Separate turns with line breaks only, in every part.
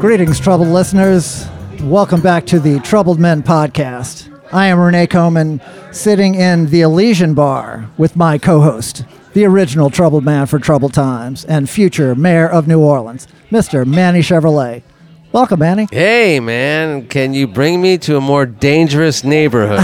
Greetings, troubled listeners. Welcome back to the Troubled Men podcast. I am Renee Coman, sitting in the Elysian Bar with my co host, the original troubled man for troubled times and future mayor of New Orleans, Mr. Manny Chevrolet. Welcome, Manny.
Hey, man, can you bring me to a more dangerous neighborhood?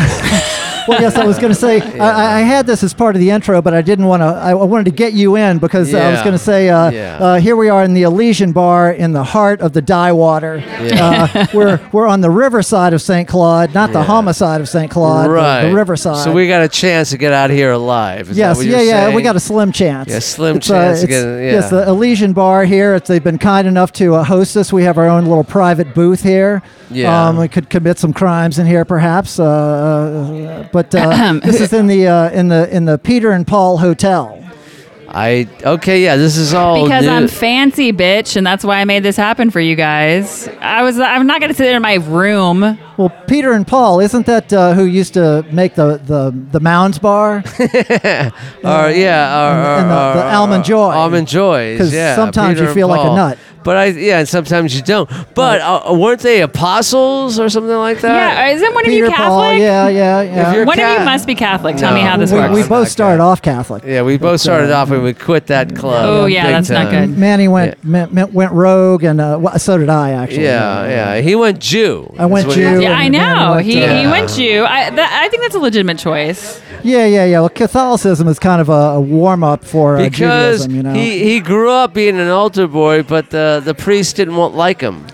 Well, yes, I was going to say I, I had this as part of the intro, but I didn't want to. I I wanted to get you in because I was
Yeah.
going to say uh,
Yeah.
uh, here we are in the Elysian Bar in the heart of the Dyewater. Uh, we're we're on the riverside of St. Claude, not the homicide of St. Claude, but
right.
the riverside.
So we got a chance to get out of here alive. Is that
Yes,
what
yeah,
you're
yeah. We
saying?
got a slim chance.
Yeah, slim
uh,
chance to
it's-
get- yeah.
Yes, the Elysian Bar here. It's, they've been kind enough to uh, host us. We have our own little private booth here.
Yeah.
Um, we could commit some crimes in here, perhaps. Uh, Uh, but uh, this is in the uh, in the in the Peter and Paul Hotel.
I okay, yeah. This is all
because
new.
I'm fancy, bitch, and that's why I made this happen for you guys. I was I'm not gonna sit in my room.
Well, Peter and Paul, isn't that uh, who used to make the the, the Mounds Bar?
or yeah, or, or,
and the-
or-
the Almond Joy.
Almond joys.
'Cause
yeah.
sometimes
Peter
you
and
feel like a
Paul.
nut.
But I yeah, and sometimes you don't. But uh, weren't they apostles or something like
Yeah,
that?
isn't one of you
Peter
Catholic?
Paul, yeah, yeah, yeah.
you're
One of
Ca-
you must be Catholic. Tell me
No.
how this
we,
works.
we
I'm
both
not
started
gay.
off Catholic.
yeah, we
uh,
both started off and we quit that club.
Oh, yeah,
big
that's not
time.
good.
Manny went me- me- went rogue, and uh, well, so did I actually.
Yeah, yeah. He went Jew.
I went
is what he-
Jew.
yeah, I
and- and
know.
what,
He,
uh,
he went you. I that, I think that's a legitimate choice.
Yeah, yeah, yeah. Well, Catholicism is kind of a, a warm up for uh,
because
Judaism, you know.
he, he grew up being an altar boy, but the, the priest didn't want like him.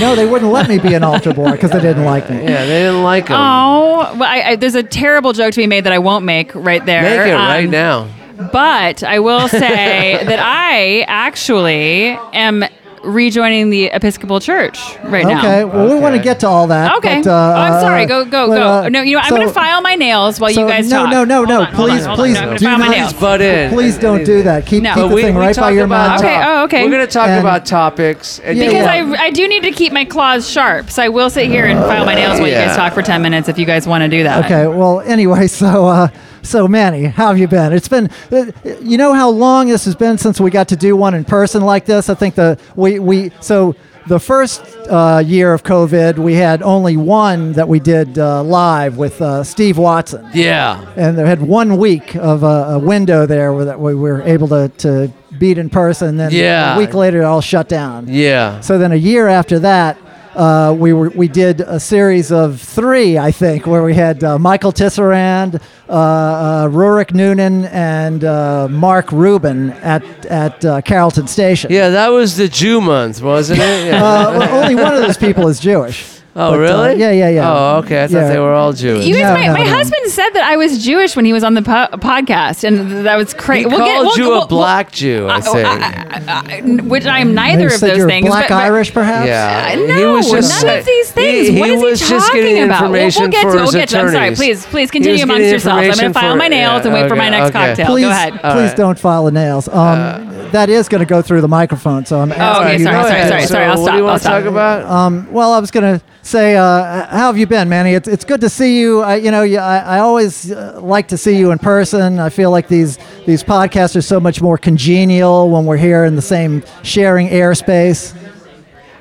no, they wouldn't let me be an altar boy because they didn't like me.
Yeah, they didn't like him.
Oh, well, I, I, there's a terrible joke to be made that I won't make right there.
Make it
Um,
right now.
But I will say that I actually am rejoining the Episcopal Church right now.
Okay, well, we want to
Okay.
get to all that.
Okay.
but, uh,
oh, I'm sorry. Go, go,
but,
go.
uh,
no, you know, I'm
so-
going to file my nails while
so-
you guys
no,
talk.
No, no,
Hold
no,
on, hold on,
Please,
hold on.
please,
I'm gonna
do
file my
not-
nails.
butt in.
Please don't do that. Keep,
No.
keep
But
the
we,
thing
we
right
talk
by your mouth.
about
Okay, oh, okay.
We're gonna talk
And-
about topics and
Yeah,
Because
yeah.
I, I do need to keep my claws sharp, so I will sit here and file my nails while you
Yeah.
guys talk for 10 minutes if you guys want to do that.
Okay. Well, anyway, so uh, so Manny, how have you been? It's been, uh, you know, how long this has been since we got to do one in person like this. I think the we we so the first uh, year of COVID, we had only one that we did uh, live with uh, Steve Watson,
yeah.
and they had one week of uh, a window there where that we were able to to beat in person. Then
Yeah.
a week later, it all shut down.
Yeah.
So then a year after that, uh, we were we did a series of three, I think, where we had uh, Michael Tisserand, uh, uh, Rurik Noonan, and uh, Mark Rubin at at uh, Carrollton Station.
Yeah, that was the Jew month, wasn't it? Yeah.
Uh, well, only one of those people is Jewish.
oh,
But, uh,
really?
yeah, yeah, yeah.
Oh, okay. I thought
Yeah.
they were all Jewish.
You guys,
No,
my,
no,
my
no.
husband said that I was Jewish when he was on the po- podcast, and th- that was
he
crazy.
called you a black Jew,
oh,
I think.
which I am
They
neither of
said
those
you're
things.
Black
but- but-
Irish, perhaps.
yeah,
Uh,
he
no,
was just
none
say-
of these things.
He, he
what is he
was
talking
just getting
about? We'll-
information
we'll, get
for
to. it.
his
We'll get to. it. I'm sorry.
attorneys.
Please, please
He was
continue
getting
amongst yourselves. I'm going
information
to file
for-
my nails
yeah,
and wait for my
okay, uh,
next
okay.
cocktail.
Please,
Go ahead.
please don't file the nails. Um,
Uh,
that is going to go through the microphone, so I'm asking
Oh, okay,
you
sorry,
not to
sorry,
do
sorry,
that.
So
sorry, I'll
What
stop,
do you
I'll
want to
stop.
talk about?
Um, well, I was going to say, uh, how have you been, Manny? It's, it's good to see you. I, you know, you- I, I always uh, like to see you in person. I feel like these these podcasts are so much more congenial when we're here in the same sharing airspace.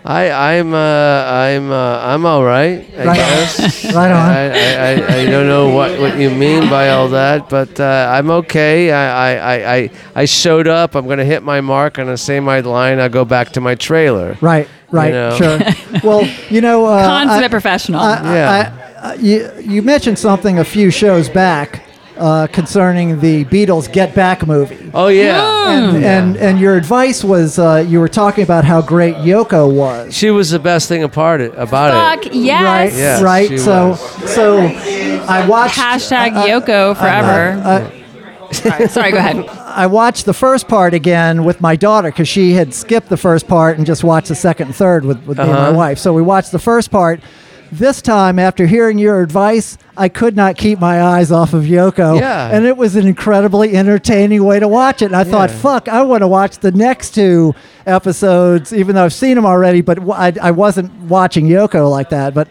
I I'm uh, I'm uh, I'm all right. I
Right on.
guess.
Right on.
I, I, I, I don't know what, what you mean by all that, but uh, I'm okay. I, I, I- I I showed up. I'm gonna hit my mark. I'm gonna say my line. I'll go back to my trailer.
Right, right,
know.
sure. well, you know, uh,
Consummate
I-
professional.
I- I-
Yeah.
I- I- you, you mentioned something a few shows back uh, concerning the Beatles Get Back movie.
Oh yeah.
And, and and your advice was uh, you were talking about how great Yoko was.
She was the best thing about it. About it.
Fuck yes.
Right.
Yes,
right.
she
So
was.
so I watched
Hashtag
Uh,
Yoko forever. Sorry, sorry, go ahead.
I watched the first part again with my daughter because she had skipped the first part and just watched the second and third with, with me
Uh-huh.
and my wife. So we watched the first part. This time, after hearing your advice, I could not keep my eyes off of Yoko.
Yeah.
And it was an incredibly entertaining way to watch it. And I thought, fuck, I want to watch the next two episodes, even though I've seen them already, but w- I, I wasn't watching Yoko like that. But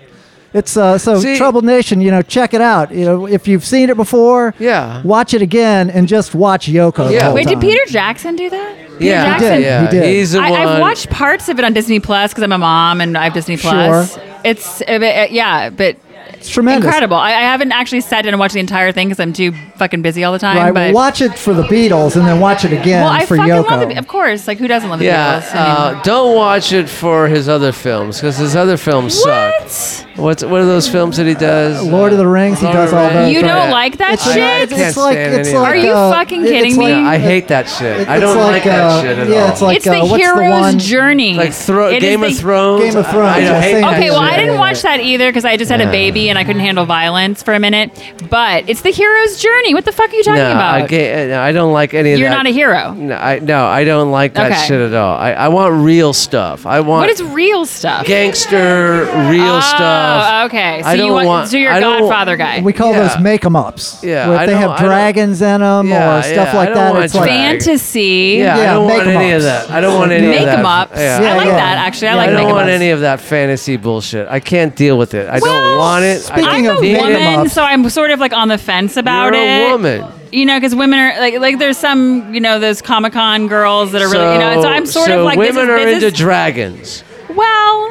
It's uh, so
See-
Troubled Nation. You know, check it out. You know, if you've seen it before,
Yeah.
watch it again and just watch Yoko. the
Yeah.
whole
Wait, did
time.
Peter Jackson do that? Peter
yeah,
He
Jackson.
did,
yeah,
he did.
he's the
I,
one.
I've watched parts of it on Disney Plus because I'm a mom and I have Disney Plus.
Sure.
It's uh, uh, yeah, but
It's tremendous.
incredible. I, I haven't actually sat down and watched the entire thing because I'm too fucking busy all the time.
Right,
but
watch it for the Beatles and then watch it again
well, I
for
fucking
Yoko.
love the. Be- Of course, like who doesn't love the
Yeah,
Beatles? I mean-
uh, don't watch it for his other films because his other films suck.
what?
What's what are those films that he does?
Lord of the Rings, he
Lord of
does
the
all
Rings.
those.
You
That's
don't
right.
like that
I- I
shit?
can't
It's like uh,
stand
it's
any of
like
it.
Are you
uh,
fucking
it's
kidding
like-
me?
I hate that shit.
It-
I don't
it's
like,
uh,
that shit at
yeah,
all.
it's like
it's
uh,
the
what's the
hero's
one?
journey.
like thro-
It is
Game, of
the-
Thrones.
Game of Thrones,
I, I
yeah,
hate
same
that
Okay, well,
shit.
I didn't
Yeah.
watch that either because I just had a baby and I couldn't handle violence for a minute. But it's the hero's journey. What the fuck are you talking
no,
about?
I, ga- no, I don't like any of
You're
that.
not a hero.
No, I, no, I don't like that
Okay.
shit at all. I, I want real stuff. I want
What is real stuff?
gangster, real
oh,
stuff.
okay. So
I
you
don't
want,
want-
so you're
I
a
don't-
Godfather guy.
We call
Yeah.
those make 'em ups.
Yeah,
where
I
they
don't-
have
I don't-
dragons in them
Yeah,
or stuff
yeah, I
like
don't
that.
want
It's like
drag.
Fantasy.
Yeah, I
Yeah,
don't
make
want
'em
any of
ups.
that. I don't want any
Make
of that.
'em ups.
Yeah.
Yeah,
I like
yeah.
that actually. I
Yeah,
I
like
don't
make 'em
want
ups.
any of that fantasy bullshit. I can't deal with it. I don't
Well,
want it. I
speaking
don't
of
need
I'm a
it.
make 'em
woman,
ups.
so I'm sort of like on the fence about
You're
it.
a woman.
You know, because women are like, like there's some, you know, those Comic Con girls that are really, you know, so I'm sort
so
of like,
women
this is,
are
this
into
is-
dragons.
Well,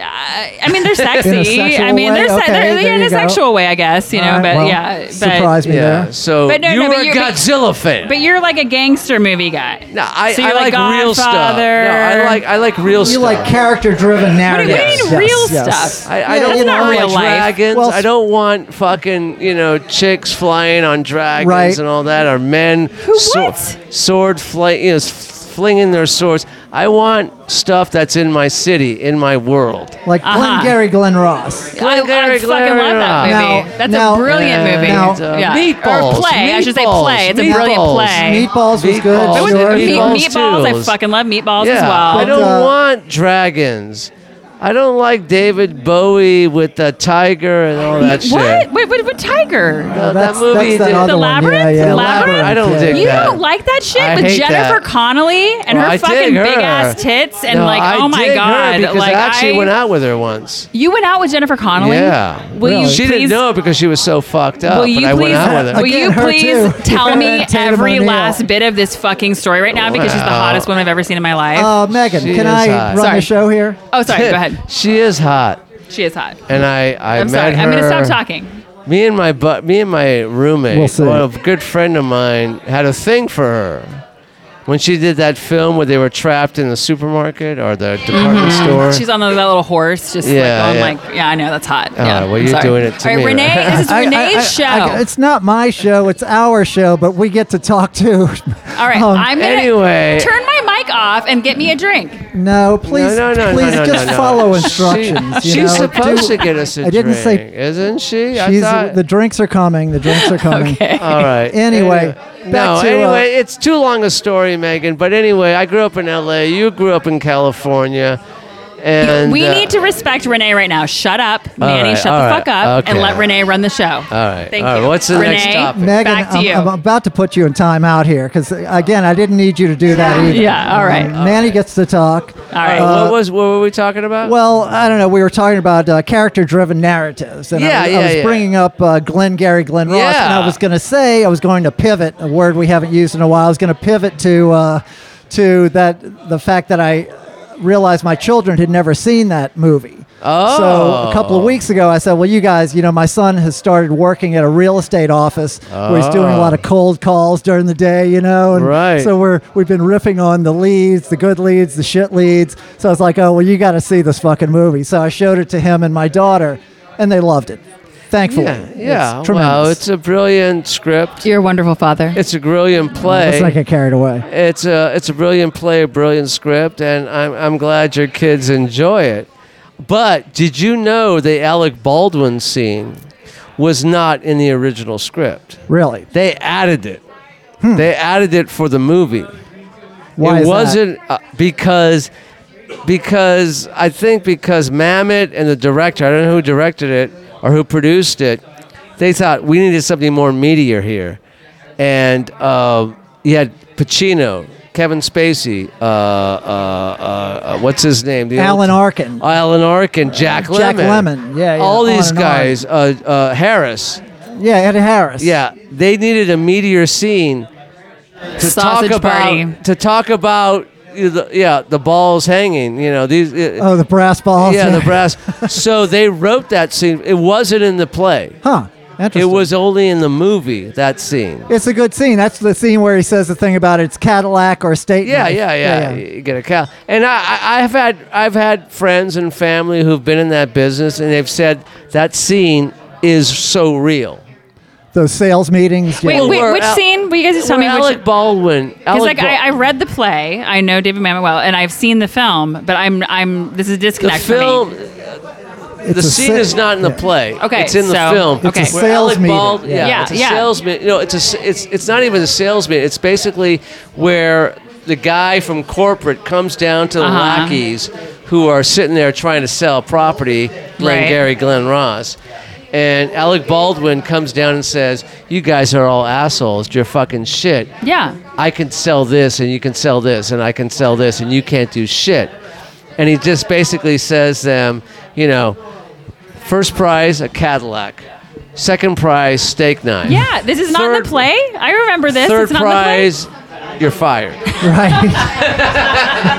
I I mean,
In
they're
a
sexy.
sexual
I mean,
way?
they're, se-
Okay,
they're
there
in
you
a
go.
sexual way, I guess. You know,
Alright,
but
well,
yeah, but,
surprised me
Yeah.
there.
So
But no, no,
you
but
are a
you're- but-
Godzilla fan.
But you're like a gangster movie guy.
no, I,
So
I
you're
like, real stuff. No, I
Godfather.
like I like real
You
stuff.
like character-driven narratives.
mean
Yes,
real
yes.
stuff?
I, I
Yeah,
don't
you
want
know,
not
like
real life.
dragons.
Well,
I don't want fucking you know chicks flying on dragons
Right.
and all that, or men
what?
sword flight you know, s- flinging their swords. I want stuff that's in my city, in my world.
Like
Uh-huh.
Glengarry Glen Ross.
I, I
Glengarry
fucking love that movie.
Glen
Ross. Now-
That's
now-
a brilliant
Yeah.
movie.
now-
yeah.
uh, Meatballs,
Or play. I should say
meatballs,
play. It's a
meatballs.
brilliant play.
Meatballs was good.
Meatballs.
I
That was
sure.
a
meat-
Meatballs
meatballs.
too.
I fucking love meatballs as
Yeah,
well.
I don't
But, uh,
want dragons. I don't like David Bowie with the tiger and all that shit.
what? Wait, what? What tiger?
that
that's,
movie
that's that
did-
other
The
one. Yeah,
Labyrinth?
yeah,
The Labyrinth?
I don't
yeah.
dig
You
that.
don't like that shit
I
with
hate
Jennifer
that.
Connolly and
Well,
her
I dig
fucking
her.
big ass tits and
No,
like
I
oh my
dig her
god
because
like
I actually
I,
went out with her once.
you went out with Jennifer Connolly
Yeah.
will you
Really?
She
please
didn't know it because she was so fucked up.
will
but
you
I
please
went out with her.
will you
Again, her
please
too.
tell me
And Tatum
every
O'Neal.
last bit of this fucking story right now because she's the
Wow. Oh,
hottest woman I've ever seen in my life
Uh, Megan,
She
can
is
I
hot.
run
Sorry.
the show here?
oh sorry go ahead
She is hot,
she is hot
and I I
I'm
met
sorry
her.
I'm gonna stop talking
Me and my bu- me and my roommate,
We'll see.
well, a good friend of mine, had a thing for her. When she did that film where they were trapped in the supermarket or the department store,
Mm-hmm. she's on the, that little horse just
Yeah,
like going
yeah. Oh,
like yeah I know that's hot yeah
well, you're
sorry.
doing it to
all right
me,
Renee
right?
this is
I- I-
Renee's
I-
show
I- it's not my show. It's our show, but we get to talk too.
All right,
Um,
I'm gonna
anyway.
turn my mic off and get me a drink.
No, please,
no, no, no,
please
no, no,
just
no.
follow
She-
instructions. you
she's
know?
supposed
Do-
to get us a
I didn't
drink,
say-
isn't she? I
She's,
thought,
the drinks are coming. The drinks are coming.
All right.
Anyway, back to,
no.
uh,
anyway, it's too long a story, Megan. But anyway, I grew up in L.A. You grew up in California, and
we
uh,
need to respect Renee right now. Shut up, Manny.
right,
shut
all
the
right,
fuck up and
okay. Uh,
let Renee run the show. All
right,
Thank
all right,
you.
what's the
Renee,
next topic?
Megan,
Back to
I'm,
you.
I'm about to put you in time out here because again, I didn't need you to do that either.
Yeah, all right.
Um, Manny gets to talk.
all right.
Uh, what was what were we talking about?
Well, I don't know. We were talking about uh, character-driven narratives, and I
Yeah,
was- I was,
yeah, yeah.
bringing up uh, Glenn Gary, Glenn Ross, and
Yeah.
I was going to say I was going to pivot a word we haven't used in a while. I was going to pivot to uh, to that the fact that I realized my children had never seen that movie. So
Oh.
a couple of weeks ago, I said, "Well, you guys, you know, my son has started working at a real estate office where he's doing a lot of
Oh.
cold calls during the day, you know, and
Right.
so we're we've been riffing on the leads, the good leads, the shit leads. So I was like, oh well, you got to see this fucking movie. So I showed it to him and my daughter, and they loved it. Thankfully,
yeah, yeah.
it's tremendous.
wow, it's a brilliant script.
You're a wonderful father.
It's a brilliant
Let's not
play.
get carried away.
It's a it's a brilliant play, a brilliant script, and I'm I'm glad your kids enjoy it. But did you know the Alec Baldwin scene was not in the original script?
Really?
They added it. They added it for the movie.
Why
it
is that?
wasn't Uh, because because I think because Mamet and the director, I don't know who directed it or who produced it, they thought we needed something more meatier here, and uh, you had um, Pacino Kevin Spacey, uh, uh, uh, uh, what's his name? The
Alan
old-
Arkin.
Alan Arkin, Jack Lemmon.
Jack Lemmon, yeah, yeah,
All
on
these
and on.
guys, uh, uh, Harris.
yeah, Eddie Harris.
Yeah, they needed a meteor scene to
Sausage
talk about
party.
to talk about you know, the, yeah the balls hanging. You know these. uh,
Oh, the brass balls.
yeah, the brass. so they wrote that scene. It wasn't in the play.
Huh. Interesting.
It was only in the movie that scene.
It's a good scene. That's the scene where he says the thing about it's Cadillac or state.
Yeah,
knife.
yeah, yeah. You get a cow. And I, I, I've had I've had friends and family who've been in that business, and they've said that scene is so real.
Those sales meetings.
Wait,
yeah.
wait,
Where
which
Al-
scene? Will you guys just tell
Where
me
Alec
which?
Baldwin.
Because
Alec
like
Bal-
I, I read the play, I know David Mamet well, and I've seen the film, but I'm I'm this is a
the
disconnect
film,
for me.
It's
the
a
scene
sa-
is not in the
yeah.
play.
Okay,
it's in the
so-
film.
It's a Okay.
Where
sales
Alec
meeting,
Bald-
yeah.
yeah,
Yeah,
it's a
yeah.
salesman. You know, it's a s- it's it's not even a salesman. It's basically where the guy from corporate comes down to the
Uh-huh.
lackeys who are sitting there trying to sell property, Glenn
Right.
Gary, Glenn Ross. And Alec Baldwin comes down and says, "You guys are all assholes. You're fucking shit.
Yeah.
I can sell this and you can sell this and I can sell this and you can't do shit. And he just basically says them, you know, first prize a Cadillac, second prize steak knife.
Yeah, this is not in
Third-
the play. I remember this.
Third
it's not
prize, you're fired.
Right.
in the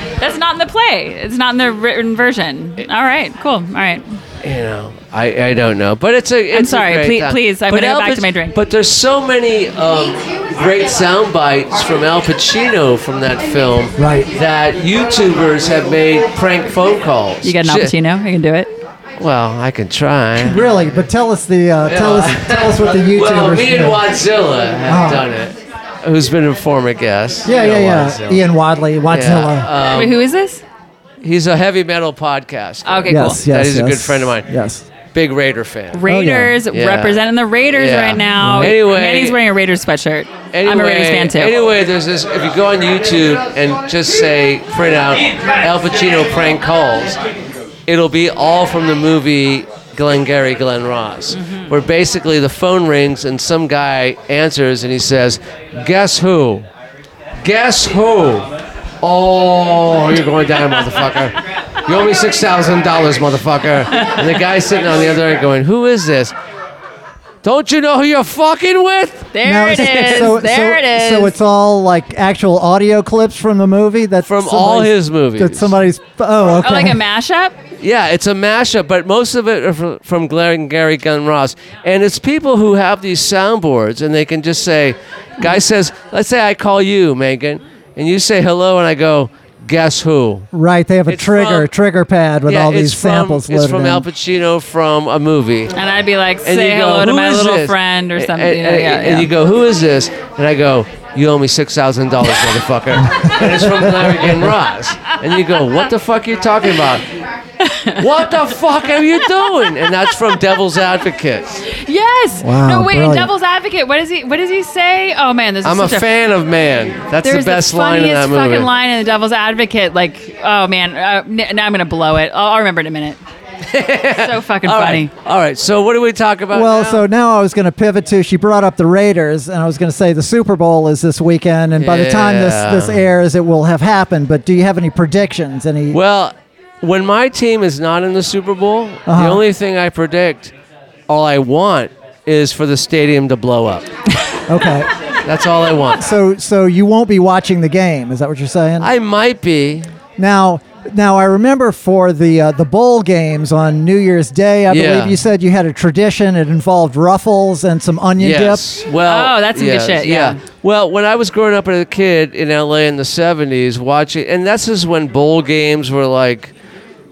play. That's not in the play. It's not in the written version. All right, cool. All right.
you know, I, I don't know, but it's a. It's a
sorry,
great
please-
time.
please, I'm
But
gonna
Al
go back to
Pac-
my drink.
But there's so many um, great sound bites from Al Pacino from that film.
Right.
That YouTubers have made prank phone calls.
You got an
Shit.
Alpacino. I can do it.
Well, I can try.
really. But tell us the uh, tell us tell us what the YouTubers.
Well, me and
know.
Wadzilla have
Oh.
done it. Who's been a former guest?
Yeah,
You
yeah,
know
yeah.
Wadzilla.
Ian Wadley, Wadzilla.
Yeah,
Wait, who is this?
uh, he's a heavy metal podcast.
Okay,
yes,
cool.
That
yes,
is a
yes.
good friend of mine.
Yes.
Big Raider fan.
Raiders
Yeah.
representing the Raiders
Yeah.
right now.
Anyway-
Manny's wearing a Raiders sweatshirt.
Anyway,
I'm a Raiders fan too.
Anyway, there's this. If you go on YouTube and just say print out Al Pacino prank calls, it'll be all from the movie Glengarry Glen Ross,
Mm-hmm.
where basically the phone rings and some guy answers and he says, "Guess who? Guess who? Oh, you're going down, motherfucker." You owe me six thousand dollars, motherfucker. And the guy sitting on the other end going, "Who is this? Don't you know who you're fucking with?"
There
Now,
it
it's-
is.
So,
there
so,
it is.
So it's all like actual audio clips from the movie. That's
From all
somebody's-
his movies.
That somebody's. Oh, okay.
oh, like a mashup.
Yeah, it's a mashup, but most of it are fr- from Glenn Gary Gunn Ross. And it's people who have these soundboards and they can just say, guy says, let's say I call you, Megan, and you say hello, and I go, guess who?
right. They have a
It's
trigger
from-
trigger pad with
yeah,
all
it's
these
from,
samples
It's
loaded
from
in.
Al Pacino from a movie.
And I'd be like,
And
say
you go,
hello to
"Who
my
is
little
this?"
friend or
And-
something.
And,
you know, yeah,
and
yeah.
you go, who is this? And I go, you owe me six thousand dollars, motherfucker. and it's from Larry and Ross. And you go, what the fuck are you talking about? What the fuck are you doing? And that's from Devil's Advocate.
yes.
Wow,
no, wait. in
brilliant.
Devil's Advocate. What does he? What does he say? Oh man, this is
I'm a
such
fan of man. That's the
There's
best line
funniest
in that movie.
fucking line in The Devil's Advocate. Like, oh man, uh, n- now I'm gonna blow it. I'll, I'll remember in a minute. so fucking
All
funny.
right. All right. So what do we talk about?
Well,
now?
so now I was going to pivot to. She brought up the Raiders, and I was going to say the Super Bowl is this weekend, and by the time this
Yeah.
this airs, it will have happened. But do you have any predictions? Any?
Well, when my team is not in the Super Bowl,
Uh-huh.
the only thing I predict, all I want, is for the stadium to blow up.
okay.
That's all I want.
So so you won't be watching the game. Is that what you're saying?
I might be.
now. Now I remember for the uh, the bowl games on New Year's Day, I
Yeah.
believe you said you had a tradition. It involved ruffles and some onion
Yes.
dip.
Well.
Oh, that's some good
yes,
shit, yeah.
Well, when I was growing up as a kid in LA in the '70s, watching, and that's just when bowl games were like.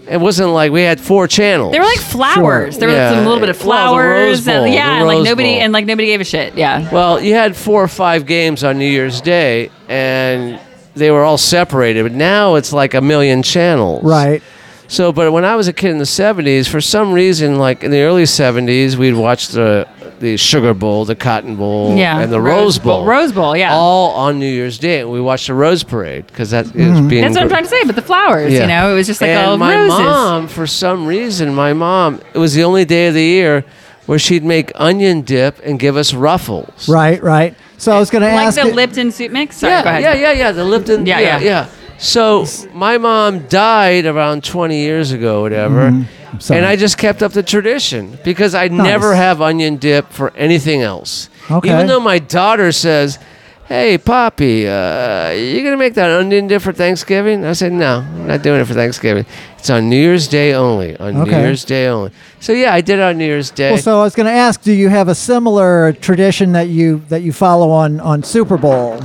It wasn't like we had four channels.
They were like flowers. There
Yeah.
was some little bit of
Well, the Rose
flowers. and,
Bowl,
yeah,
the
and like
Rose
nobody
Bowl.
and like nobody gave a shit. Yeah.
Well, you had four or five games on New Year's Day, and they were all separated. But now it's like a million channels.
Right.
So, but when I was a kid in the '70s, for some reason, like in the early '70s, we'd watch the the Sugar Bowl, the Cotton Bowl,
Yeah,
and the
Rose
Rose Bowl.
Bowl- Rose Bowl, yeah.
All on New Year's Day, and we watched the Rose Parade because that is being.
That's what I'm
gr-
trying to say. But the flowers, you know, it was just like
and
all
my
roses.
mom, for some reason, my mom, it was the only day of the year where she'd make onion dip and give us ruffles.
Right. Right. So I was going to
Like
ask.
the
it-
Lipton soup mix? Sorry, go
yeah,
ahead.
yeah, yeah, yeah. The Lipton.
Yeah,
Yeah, yeah,
yeah.
So my mom died around 20 years ago, whatever,
Mm-hmm. sorry.
and I just kept up the tradition because I never have onion dip for anything else.
Okay.
Even though my daughter says, "Hey, Poppy, uh, you gonna make that onion dip for Thanksgiving?" I said, "No, I'm not doing it for Thanksgiving. It's on New Year's Day only. On
Okay.
New Year's Day only." So yeah, I did it on New Year's Day.
Well, so I was going to ask, do you have a similar tradition that you that you follow on on Super Bowl?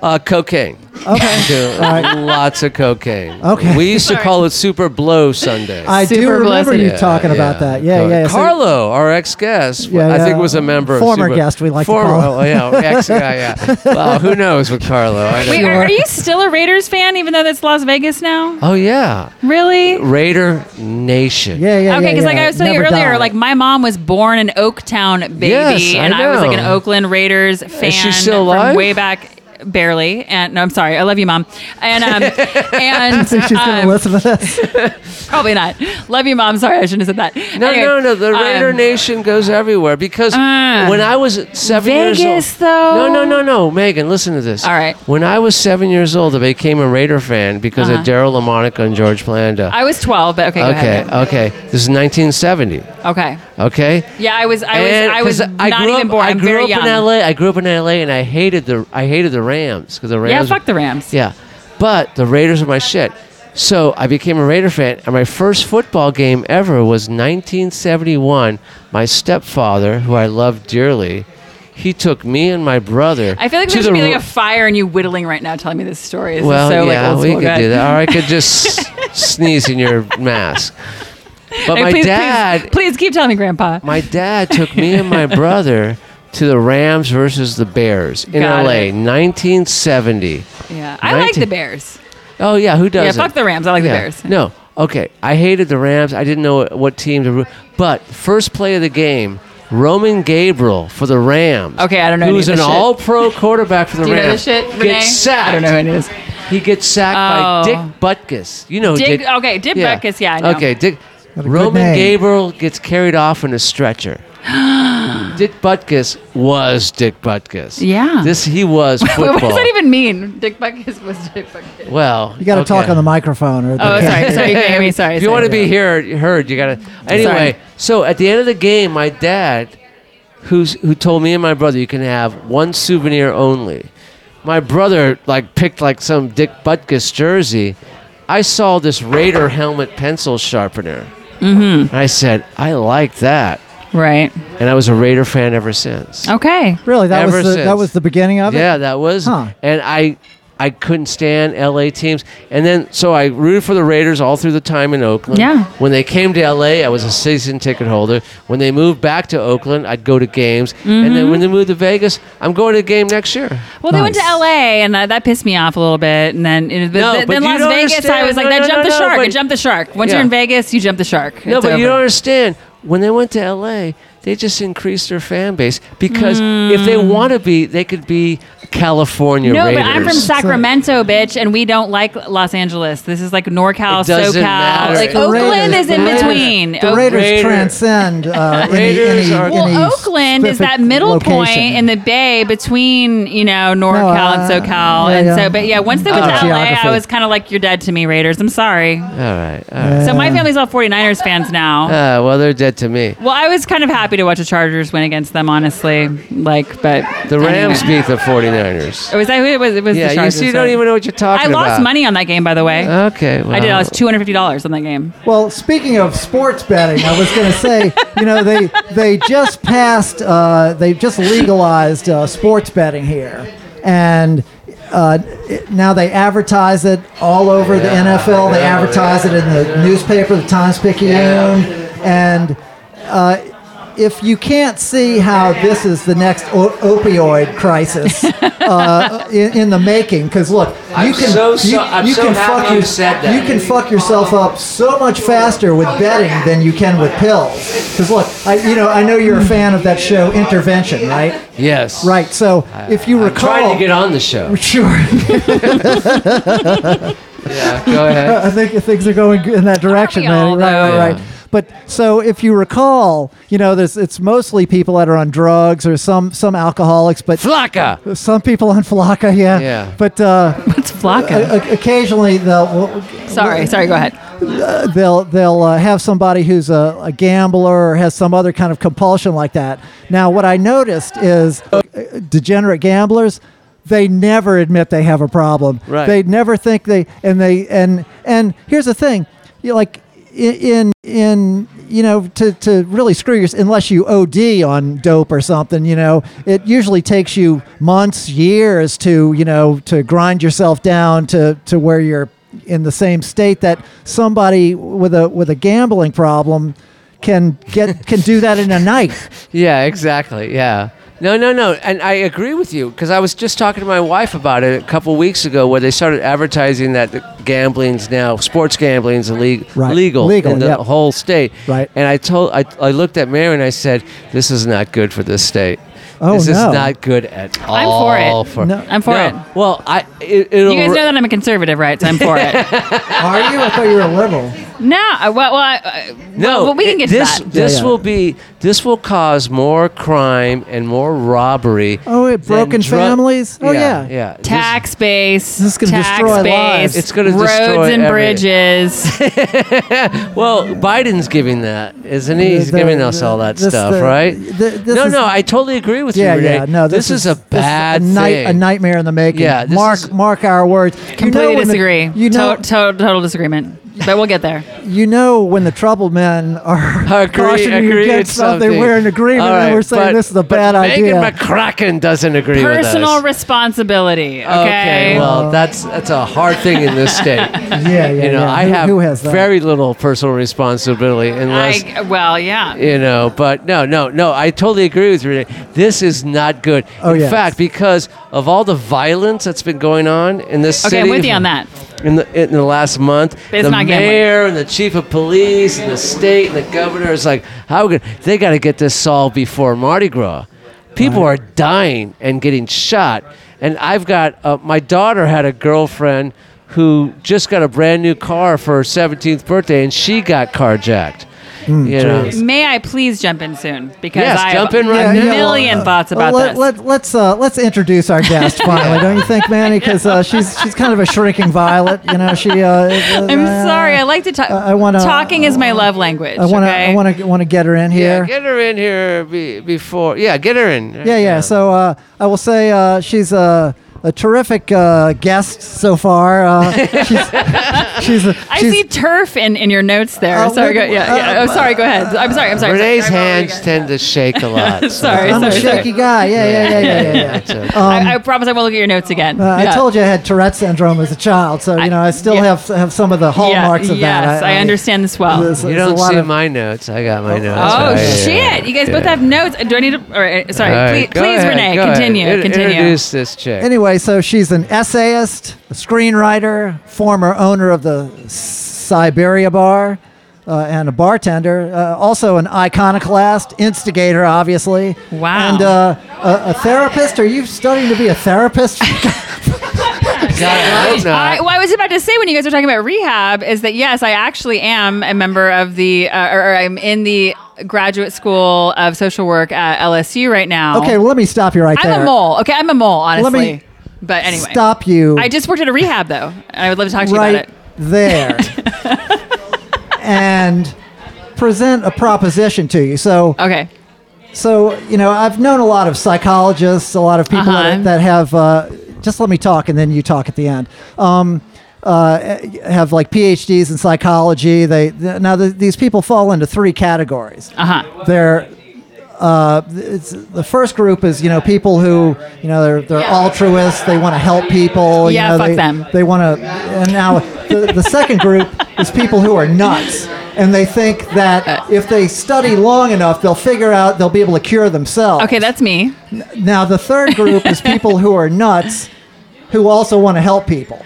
Uh, cocaine.
Okay.
Do-
right.
Lots of cocaine.
Okay.
We used to call it Super Blow Sunday.
I do
Super
remember
blessed.
you
Yeah,
talking about that. Yeah,
Co-
yeah. so-
Carlo, our ex guest,
Yeah,
I think
yeah.
was a member
Former
of Super,
guest, we like to
former,
call
Oh, yeah, ex, yeah, yeah. Well, who knows with Carlo? I don't
Wait,
know.
are, are you still a Raiders fan, even though that's Las Vegas now?
Oh yeah,
Really?
Raider Nation.
yeah, yeah.
okay,
yeah,
because like
yeah.
I was telling you
Never
earlier,
die.
like my mom was born an Oaktown baby,
Yes, I
and I was like an
know.
Oakland Raiders fan
she still alive?
from way back, barely. And no, I'm sorry, I love you, mom. And um, and
Think she's going to
um,
listen to this.
probably not. Love you, mom. Sorry, I shouldn't have said that.
No,
Anyway,
no, no. The Raider
um,
Nation goes everywhere because
Uh,
when I was seven
Vegas,
years old.
though?
No, no, no, no. Megan, listen to this.
All right.
When I was seven years old, I became a Raider fan because
Uh-huh.
of Daryl LaMonica and George Planda.
I was 12, but okay, go
okay,
ahead.
okay. This is 1970.
Okay.
Okay.
Yeah, I was. I was.
And-
I was
'cause
not even born.
I
I'm
grew
very
up
young.
in LA. I grew up in LA, and I hated the I hated the Rams because the
Yeah,
Rams.
fuck the Rams.
Yeah, but the Raiders are my shit. So I became a Raider fan, and my first football game ever was 1971. My stepfather, who I love dearly, he took me and my brother.
I feel like
to
there
the
should be like
Ra-
a fire and you whittling right now, telling me this story. This
well,
is so
yeah,
like old
we
school.
could
Go ahead.
do that, or I could just sneeze in your mask. But
Hey,
my
please,
dad,
please, please keep telling me, Grandpa.
my dad took me and my brother to the Rams versus the Bears in
Got
LA,
it.
1970.
Yeah, I like
19
the Bears.
Oh yeah, who doesn't?
fuck the Rams. I like the Bears.
No, okay. I hated the Rams. I didn't know what, what team to root. But first play of the game, Roman Gabriel for the Rams.
Okay, I don't know any
Who's
of
an
this shit.
All-Pro quarterback for the
Do you know this
Rams?
shit, Renee?
Gets sacked.
I don't know who it is.
He gets sacked
Oh.
by Dick Butkus. You know who
Dick-
Dick.
okay, Dick Butkus, yeah, I know.
Okay, Dick.
a good
Roman
name.
Gabriel gets carried off in a stretcher. Dick Butkus was Dick Butkus.
Yeah.
This he was football.
what does that even mean? Dick Buckus was Dick Buckus.
well,
You got to
okay.
talk on the microphone. Or
Oh, sorry, sorry, Jamie. Sorry.
If you
sorry.
want to be here, heard, you gotta. Anyway, so at the end of the game, my dad, who's who told me and my brother, you can have one souvenir only. My brother like picked like some Dick Butkus jersey. I saw this Raider helmet pencil sharpener, mm-hmm. and I said, I like that,
Right.
and I was a Raider fan ever since.
Okay.
Really? That
Ever
was the, that
since.
was the beginning of it.
Yeah, that was.
Huh.
And I I couldn't stand LA teams. And then so I rooted for the Raiders all through the time in Oakland.
Yeah.
When they came to LA, I was a season ticket holder. When they moved back to Oakland, I'd go to games. And
Mm-hmm.
then when they moved to Vegas, I'm going to a game next year.
Well, they went to
Nice.
L.A. and uh, that, that pissed me off a little bit, and then it, but
No,
th-
but
then
you
Las
don't
Vegas, I
understand.
was like,
No,
that
no,
jumped
no,
the
no,
shark.
but-
it jumped the shark. Once
Yeah.
you're in Vegas, you jump the shark.
No,
It's
but you
over.
don't understand. When they went to LA, they just increased their fan base because if they want to be, they could be California
Mm. No,
Raiders.
but I'm from Sacramento, bitch, and we don't like Los Angeles. This is like NorCal,
It doesn't
SoCal.
matter.
Like
The
Oakland
Raiders-
is in
the Raiders-
between.
The
Oak-
Raiders
Raiders.
transcend. Uh, any-
Raiders
any-
are-
any
Well, Oakland is that
specific
middle point
location.
in the bay between you know NorCal
uh,
and SoCal,
yeah,
and
yeah.
so. But yeah, once they went
Good
to LA,
geography.
I was kind of like, "You're dead to me, Raiders. I'm sorry."
All right. All right.
So my family's all 49ers fans now.
Uh, well, they're dead to me.
Well, I was kind of happy to watch the Chargers win against them, honestly. Like, but
The Rams
Anyway.
beat the 49ers.
Oh, was that who it was? It was the
Yeah, you
Chargers.
see, you don't
sorry.
even know what you're
I
talking about. Uh-huh.
lost money on that game, by the way.
Okay, well,
I did. I lost two hundred fifty dollars on that game.
Well, speaking of sports betting, I was going to say, you know, they they just passed, uh, they just legalized uh, sports betting here, and uh, it- now they advertise it all over the NFL. They advertise it in the newspaper, the Times Picayune, and uh, if you can't see how this is the next o- opioid crisis uh, in, in the making, because look, you
I'm
can
so
you,
so- I'm
you
so
can
happy
fuck
you
your-
said that.
you can fuck yourself up so much faster with betting than you can with pills. Because look, I, you know, I know you're a fan of that show Intervention, right?
Yes.
Right. So if you
I'm
recall,
trying to get on the show.
sure,
Yeah, go ahead.
I think things are going in that direction,
Are we all,
man. Right, right,
though?
right.
Yeah.
But so if you recall, you know, there's it's mostly people that are on drugs or some some alcoholics, but
Flaka.
some people on Flocka, yeah.
Yeah.
But uh,
What's Flocka?
o- occasionally they'll
sorry, sorry. Go ahead.
they'll they'll uh, have somebody who's a, a gambler or has some other kind of compulsion like that. Now, what I noticed is uh, degenerate gamblers. They never admit they have a problem.
Right.
They never think they and they and and here's the thing, you know, like i- in in you know to to really screw your unless you OD on dope or something, you know, it usually takes you months, years to you know to grind yourself down to to where you're in the same state that somebody with a with a gambling problem can get can do that in a night.
Yeah, exactly. Yeah. No, no, no. And I agree with you because I was just talking to my wife about it a couple weeks ago where they started advertising that the gambling's now, sports gambling's ille-
Right.
legal,
Legal,
in the
yep.
whole state.
Right.
And I told, I, I looked at Mary and I said, this is not good for this state.
Oh,
this
no.
is not good at all.
I'm for it.
No.
I'm for
No.
it.
Well, I it, it'll
You guys know that I'm a conservative, right? So I'm for it.
Are you? I thought you were a liberal.
No, I- well, well, I- I-
No,
well, well, we can
it-
get
this,
to that.
This
yeah.
will be this will cause more crime and more robbery.
Oh, it
than
broken families? Oh, yeah.
yeah, yeah. This-
Tax base,
This is gonna
tax
destroy
base,
lives.
It's gonna
roads
destroy
and
every-
bridges.
well, Biden's giving that, isn't he? He's
The-
giving us
the-
all that
this-
stuff,
the-
right?
the- this
no,
is-
no, I totally agree with
Yeah,
you. Renee.
yeah. No, this,
is, a
this
bad
a, night,
thing.
a nightmare in the making.
Yeah, this
mark
is-
mark our words.
Completely
you know when the-
disagree.
you know,
To- to- total disagreement. But we'll get there.
you know when the troubled men are
Agree-
cautioning you
agree
against
it's
something, we're in agreement,
All
and
right,
we're saying
but-
this is a
but
bad idea.
Megan McCracken doesn't agree
Personal
with us.
responsibility. Okay.
well, that's that's a hard thing in this state.
yeah, yeah.
You know,
yeah.
I
who,
have
who has that?
very little personal responsibility unless
I, well, yeah.
you know but no no no i totally agree with you Renee. this is not good
Oh,
in
yes.
fact because of all the violence that's been going on in this
Okay,
city
I'm with you on that.
in the, in the last month
It's
the
not gambling.
mayor and the chief of police and the state and the governor is like how good they got to get this solved before mardi gras people are dying and getting shot and i've got uh, my daughter had a girlfriend who just got a brand new car for her 17th birthday and she got carjacked
Hmm.
you know
May I please jump in soon? Because
Yes,
I
jump in
have
right
a
now.
million
well,
thoughts
uh,
about
let,
this.
Let, let's uh, let's introduce our guest finally, don't you think, Manny? Because uh, she's she's kind of a shrinking violet. You know, she. Uh, is, uh,
I'm
uh,
sorry. I like to talk.
I- I wanna- uh,
Talking is my love language.
I want to
okay?
I want to want to get her in
Yeah,
here.
get her in here be, before. Yeah, get her in.
Yeah, yeah. So uh, I will say uh, she's a, a terrific uh, guest so far. Uh, she's, she's, a,
I
she's
see turf in, in your notes there.
Uh,
sorry,
wait,
go, yeah, yeah.
uh,
Oh, sorry. Go ahead. I'm sorry. I'm sorry.
Renee's
sorry, I'm
hands tend to shake a lot. so-
Sorry,
I'm a
sorry, Oh,
shaky guy. Yeah, yeah, yeah, yeah, yeah. yeah.
That's okay.
already- I, I promise I won't look at your notes again.
Um, Uh, I told you I had Tourette syndrome as a child, so you know I still
yeah.
have have some of the hallmarks of that.
Yes, I, understand this well.
there's-
you
there's a
don't
lot
see
of-
my notes. I got my notes.
oh
right
shit!
here.
You guys both
Yeah.
have notes. Uh, Do I need to? All right, sorry.
All
please,
right, go
please
ahead,
Renee,
go ahead.
continue.
In-
continue.
Introduce this chick.
Anyway, so she's an essayist, a screenwriter, former owner of the Siberia Bar, uh, and a bartender. Uh, also an iconoclast, instigator, obviously.
Wow.
And uh, a, a therapist. Are you studying to be a therapist?
God, I hope not.
I, well, I was about to say when you guys were talking about rehab is that yes, I actually am a member of the, uh, or, or I'm in the graduate school of social work at LSU right now.
okay, well, let me stop you right
I'm
there.
a mole. Okay, I'm a mole. Honestly,
Let me
but anyway,
Stop you
I just worked at a rehab though, and I would love to talk to you
right
about it.
there. and present a proposition to you. So
Okay.
So, you know, I've known a lot of psychologists, a lot of people
Uh-huh.
that, that have, uh, just let me talk and then you talk at the end. Um, uh, have like PhDs in psychology. They, th now th these people fall into three categories.
Uh huh.
They're uh, it's, the first group is you know people who you know they're they're altruists. They want to help people. you
Yeah,
know,
fuck
they,
them.
They want to. And now the, the second group is people who are nuts, and they think
Uh.
that if they study long enough, they'll figure out they'll be able to cure themselves.
Okay, that's me.
Now the third group is people who are nuts, who also want to help people.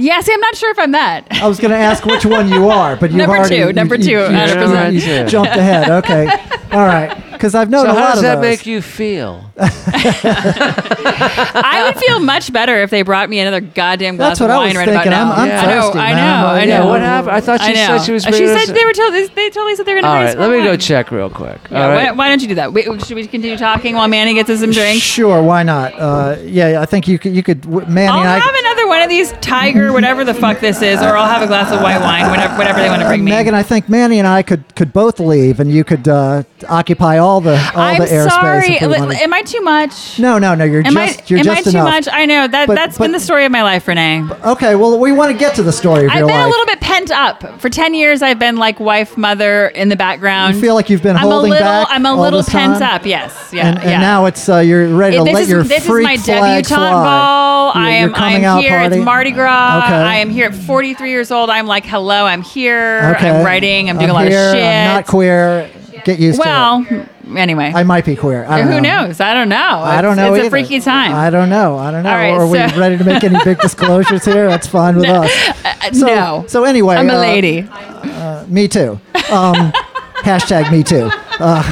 Yeah. See, I'm not sure if I'm that.
I was going to ask which one you are, but you've
Number
already
two, number
you- you-
two,
you-
100%.
you jumped ahead. Okay, all right. Because I've known
So
a lot
how does
of
that
those.
make you feel?
I would feel much better if they brought me another goddamn glass
That's what
of
I
wine
was
right
thinking.
about now.
I'm-
I'm
I know,
thirsty,
I know,
man.
I know.
Yeah,
Yeah, what happened? I thought
I
she said
know.
she was.
Uh,
bringing
She
us-
said they were told. They told me said they were going to
All
bring us
right, let me
wine.
go check real quick.
Yeah,
All
why-
right.
why, don't you do that? Wait, should we continue talking while Manny gets us some drinks?
Sure, why not? Uh, yeah, I think you could. You could. w- Manny
I'll
and I.
have another one of these tiger, whatever the fuck this is, or I'll have a glass of white wine, whatever, whatever they want to
uh,
bring me.
Megan, I think Manny and I could could both leave, and you could uh, occupy all the all
I'm
the airspace.
sorry.
If we
L-
wanted.
am I too much?
no, no, no. You're
Am
just.
I
you're
am
just
I too
enough.
much? I know that
But-
that's
but-
been the story of my life, Renee.
Okay, well, we want to get to the story of
I've
your
been
life.
a little bit pent up. For 10 years, I've been like wife, mother in the background.
You feel like you've been
I'm
holding
a little,
back
I'm a
all
little
this
pent
time?
up, yes. Yeah,
and, and
yeah.
now it's uh, you're ready to
It-
let
this
your
is, this is
freak
my
flag
debutante
fly.
ball.
Your-
I
your
am, I
coming
am
out
here.
party.
It's Mardi Gras.
Okay.
I am here at 43 years old. I'm like, hello, I'm here.
Okay.
I'm writing. I'm doing a lot
here,
of shit.
I'm not queer. Get used to
well,
it.
anyway.
I might be queer. I don't
who
know.
knows? I don't know.
I don't
It's-
know
It's
either.
a freaky time.
I don't know. I don't know.
All right,
Are we
so-
ready to make any big disclosures here? That's fine with us. So,
Uh, no.
So anyway,
I'm a
uh,
lady.
me too. Um, hashtag me too.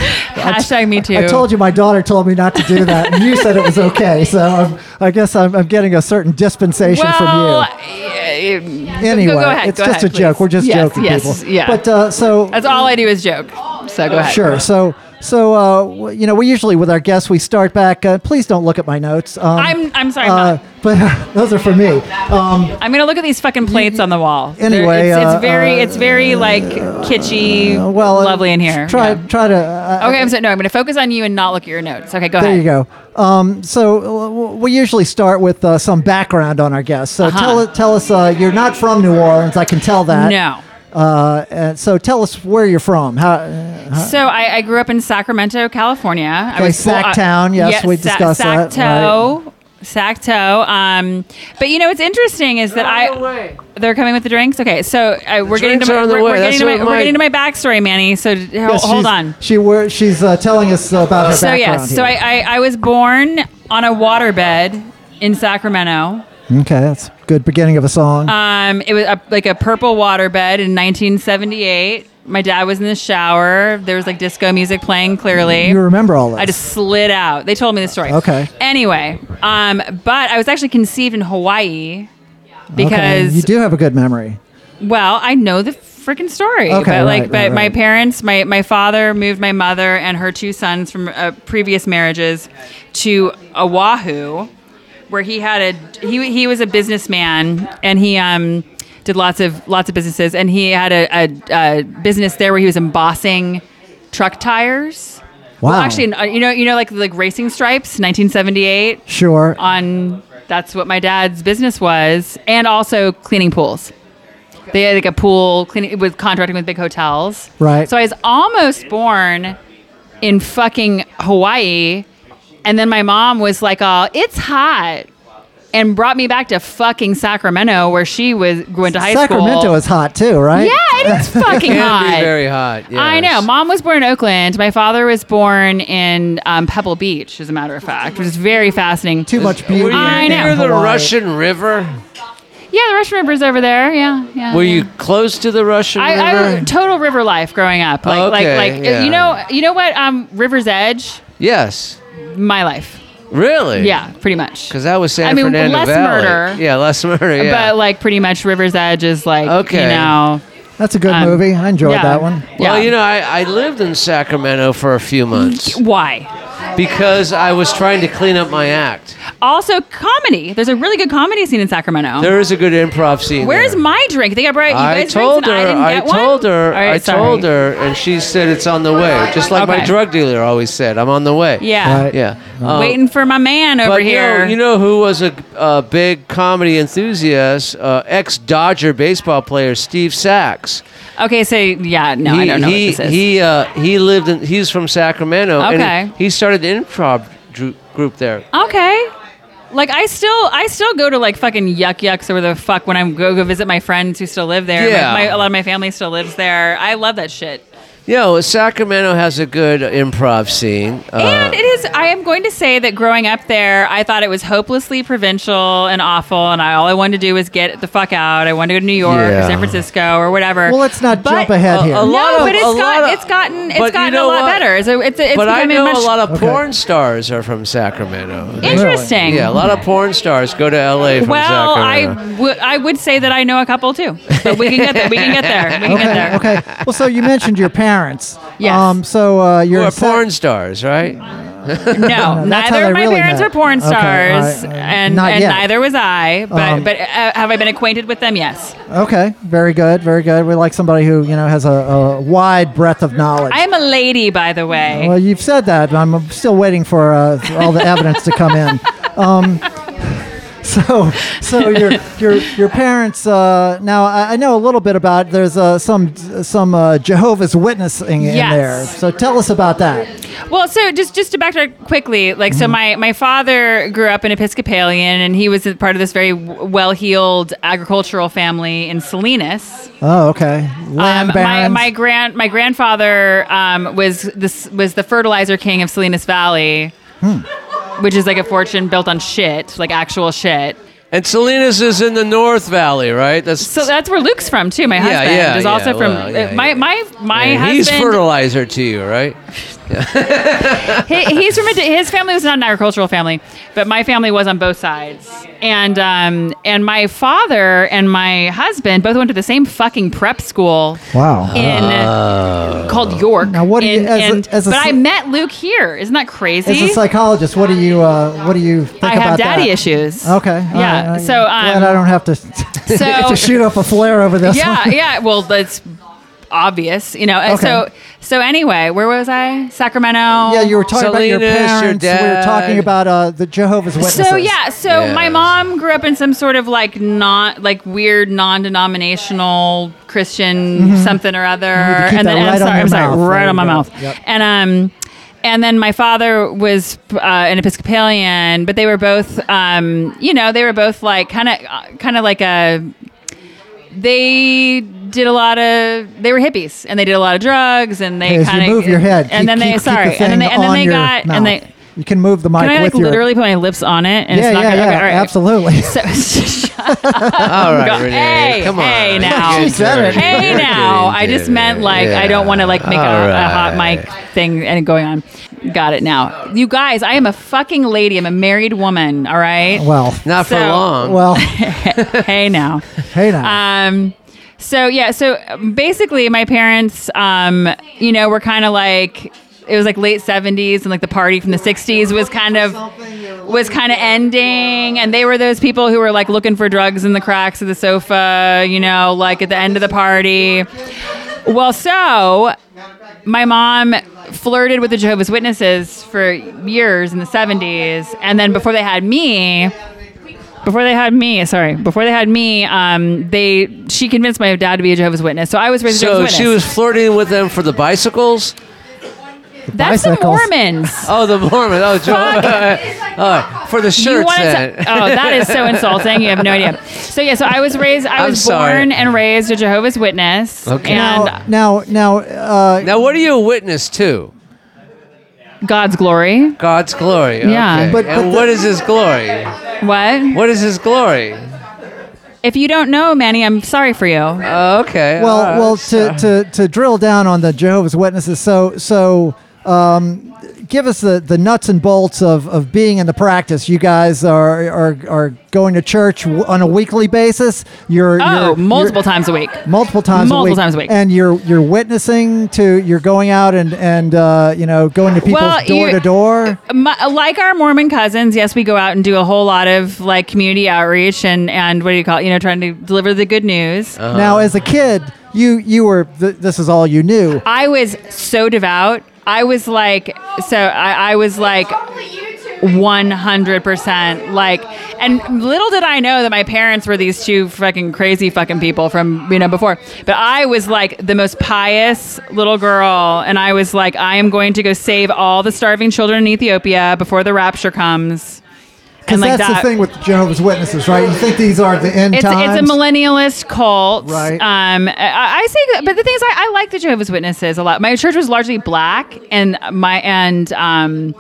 Hashtag me too.
I told you my daughter told me not to do that, and you said it was okay. So I'm, I guess I'm, I'm getting a certain dispensation
well,
from you.
y- y-
Anyway,
go, go ahead,
it's
go
just
ahead,
a joke.
please.
We're just
yes,
joking,
yes,
people.
Yeah.
But uh, so
That's all I do is joke. So go ahead.
Sure. So, so uh, w- you know, we usually with our guests we start back. Uh, please don't look at my notes. Um,
I'm- I'm sorry, I'm
Uh,
not.
but those are for me. Um,
I'm gonna look at these fucking plates on the wall. They're-
Anyway,
it's,
uh,
it's very,
uh,
it's very like kitschy,
well, uh,
lovely in here.
Try,
Yeah.
try to. Uh,
Okay, I'm so, no, I'm gonna focus on you and not look at your notes. Okay, go
There
ahead.
you go. Um, so uh, w- we usually start with uh, some background on our guests. So
Uh-huh.
tell tell tell us uh, you're not from New Orleans. I can tell that.
No.
Uh, and so tell us where you're from. How, uh,
So I, I grew up in Sacramento, California. I
Okay,
was uh, born-
Sacktown, yes, we discussed that,
Sacktown. Sacktown. Um, but you know what's interesting is that I they're coming with the drinks. Okay, so I, we're getting
drinks
to
are
my
on the
we're,
way.
we're
That's
getting to my,
what
we're
my-
getting to my backstory, Manny. So d- ho-
yes,
Oh, hold
she's-
on.
She wor- she's uh, telling us about her
So
background.
yes, so I,
here.
I I was born on a waterbed in Sacramento.
okay, that's a good beginning of a song.
Um, it was a, like a purple waterbed in 1978. My dad was in the shower. There was like disco music playing. Clearly,
you remember all this?
I just slid out. They told me the story.
Okay.
Anyway, um, but I was actually conceived in Hawaii
Okay,
because
you do have a good memory.
well, I know the freaking story.
Okay,
but like,
right,
but
right,
my
right.
parents, my my father moved my mother and her two sons from uh, previous marriages to Oahu, where he had a he he was a businessman and he um did lots of lots of businesses and he had a, a, a business there where he was embossing truck tires.
Wow.
Well, actually, uh, you know, you know, like like racing stripes, 1978
Sure.
uh, on that's what my dad's business was and also cleaning pools they had like a pool cleaning with contracting with big hotels
Right.
so i was almost born in fucking hawaii and then my mom was like oh it's hot and brought me back to fucking sacramento where she was went to high
Sacramento
school
is hot too, right?
yeah it is fucking
Can
hot
be very hot.
I know.
yes.
Mom was born in Oakland. My father was born in um, Pebble Beach, as a matter of fact, which is very fascinating.
Too much
Were
beauty.
you
I know.
near the
Hawaii.
Russian River?
Yeah, the Russian River's over there. Yeah, yeah.
Were
yeah.
you close to the Russian
Uh-huh. I, I
River?
total river life growing up. Like,
Okay,
like, like
yeah.
you know, you know what? Um, River's Edge,
yes.
my life.
Really?
Yeah, pretty much.
Because that was San
I mean,
Fernando
less
Valley.
murder.
Yeah, less murder. Yeah.
But like, pretty much, River's Edge is like,
Okay.
you know,
That's a good
um,
movie. I enjoyed
yeah.
that one.
Yeah.
Well, you know, I, I lived in Sacramento for a few months
why?
because I was trying to clean up my act.
Also, comedy. There's a really good comedy scene in Sacramento.
There is a good improv scene.
Where's
there.
my drink? They got brought you
I
guys
told
drinks
her.
and I
I,
didn't get
told
one?
her.
All right,
I
sorry.
told her, and she said it's on the way. Just like my
Okay.
drug dealer always said, "I'm on the way."
Yeah.
Right.
Yeah. Um,
Waiting for my man over
but you know-
here.
You know, who was a, a big comedy enthusiast? Uh, Ex Dodger baseball player Steve Sachs.
okay, so yeah, no,
he
Oh, I don't know
he
what this is.
he uh, he lived in. He's from Sacramento.
Okay.
And he, he started an improv dru- group there.
Okay. Like I still, I still go to like fucking yuck yucks or the fuck when I go go visit my friends who still live there.
Yeah.
My, my, a lot of my family still lives there. I love that shit.
Yo, Sacramento has a good improv scene. Uh,
and it was. I am going to say that growing up there, I thought it was hopelessly provincial and awful, and I, all I wanted to do was get the fuck out. I wanted to go to New York or
Yeah.
San Francisco or whatever.
Well, let's not
But-
jump ahead here.
a lot-
no,
of-
but it's
a lot
got,
of-
it's gotten
but
it's
you
gotten
know
a lot
what?
better. So it's it's
but I
becoming
know
much
a lot of
Okay.
porn stars are from Sacramento.
interesting.
Yeah, a lot of porn stars go to LA from
Well, I
Sacramento.
would I would say that I know a couple too, but we can get there. We can get there. We can get there.
Okay. okay. Well, so you mentioned your parents.
Yes.
Um, so uh, you're
Who are
in Sac-
porn stars, right?
No,
that's
neither
how
of
they
my
really
parents
met.
were porn
Okay, all right,
stars,
all right.
and,
Not
and
yet.
neither was I. But
Um,
but uh, have I been acquainted with them? Yes.
Okay, very good, very good. We like somebody who you know has a, a wide breadth of knowledge.
I am a lady, by the way.
well, you've said that. but I'm still waiting for uh, all the evidence to come in. Um, so, so your your your parents. Uh, now I, I know a little bit about. There's uh, some some uh, Jehovah's Witnessing
Yes.
in there. So tell us about that.
Well, so just just to backtrack quickly, like
Mm-hmm.
so, my my father grew up an Episcopalian, and he was a part of this very w- well-heeled agricultural family in Salinas.
Oh, okay.
Um,
Land
my
barons.
my grand my grandfather um, was this was the fertilizer king of Salinas Valley,
Hmm.
which is like a fortune built on shit, like actual shit.
And Salinas is in the North Valley, right? That's
So that's where Luke's from too. My husband
yeah,
is
yeah,
also from uh,
well, yeah,
my
yeah.
my my
Yeah,
husband.
he's fertilizer to you, right?
he, he's from a, di- his family was not an agricultural family, but my family was on both sides. And um and my father and my husband both went to the same fucking prep school
wow.
in uh, called York.
Now, what do you-
in-
as a-
and-
as a
but
s-
I met Luke here. Isn't that crazy?
As a psychologist, what do you uh, what do you think
I
about
have daddy
that?
issues.
Okay. all
Yeah,
right, all right.
so,
Glad
um,
I don't have to
so-
to shoot up a flare over this.
yeah,
one.
yeah. Well, that's obvious, you know. And So,
Okay.
so anyway, where was I? Sacramento.
Yeah, you were talking about your
Salinas, your
parents. We were
dad.
talking about uh, the Jehovah's Witnesses.
So yeah, so
Yeah.
my mom grew up in some sort of like not like weird non-denominational Christian something or other,
Mm-hmm. to keep
and
that
then and
right
I'm
on
sorry,
your mouth.
I'm sorry,
There
right
you
on my
go.
mouth,
Yep.
and um, and then my father was uh, an Episcopalian, but they were both, um, you know, they were both like kind of kind of like a they did a lot of they were hippies and they did a lot of drugs and they
As
kind of
you move your head,
and
keep-
then they
keep- keep the
sorry and then
thing
they, and then
on
they
your
got and
mouth.
they
you can move the mic
can I like
with your
literally put my lips on it and
yeah
it's not
yeah
gonna,
yeah
okay, all right.
absolutely.
So,
All right,
Go-
Renee,
hey,
come on.
hey now.
She said it.
hey now, I just meant like I don't want to like make a,
All
a hot
right.
mic thing and going on. Got it now, you guys. I am a fucking lady. I'm a married woman. All right.
well,
Not for
So-
long.
well,
hey now.
hey now.
Um, so yeah, so um, basically, my parents, um, you know, were kind of like it was like late '70s, and like the party from the '60s was kind of was kind of ending, and they were those people who were like looking for drugs in the cracks of the sofa, you know, like at the end of the party. Well, so my mom flirted with the Jehovah's Witnesses for years in the 70s, and then before they had me, before they had me, sorry, before they had me, um, they she convinced my dad to be a Jehovah's Witness, so I was raised
so
a Jehovah's
she was
Witness.
flirting with them for the bicycles.
That's the
Bicycles.
Mormons.
Oh, the Mormon. Oh, Joe. All right, for the
You
shirts.
wanted
then.
to, oh, that is so insulting. You have no idea. So yeah, so I was raised. I
I'm
was
sorry.
born and raised a Jehovah's Witness,
Okay.
and
now now now uh,
Now, what are you a witness to?
God's glory.
God's glory.
Yeah.
Okay.
But-
and
but
what is His glory?
What?
What is His glory?
If you don't know, Manny, I'm sorry for you.
Oh, okay.
well,
all
Ah,
right.
well, to, to, to drill down on the Jehovah's Witnesses, so so um, give us the, the nuts and bolts of, of being in the practice. You guys are are, are going to church w- on a weekly basis. You're
Oh,
you're-
multiple
you're-
times a week.
multiple times a
Multiple
week,
times a week.
and you're you're witnessing to you're going out and and uh, you know going to people's
Well, you-
door to door.
My, like our Mormon cousins, yes, we go out and do a whole lot of like community outreach and and what do you call it? You know, trying to deliver the good news.
Now, as a kid, you you were th- this is all you knew.
I was so devout. I was like, so I, I was like. 100% like and little did i know that my parents were these two fucking crazy fucking people from you know before but i was like the most pious little girl and i was like i am going to go save all the starving children in ethiopia before the rapture comes
Because
and like
that's
that.
the thing with Jehovah's Witnesses, right? You think these are the end
It's,
times.
it's a millennialist cult.
Right.
Um, I, I say, but the thing is, I, I like the Jehovah's Witnesses a lot. My church was largely black, and my and um,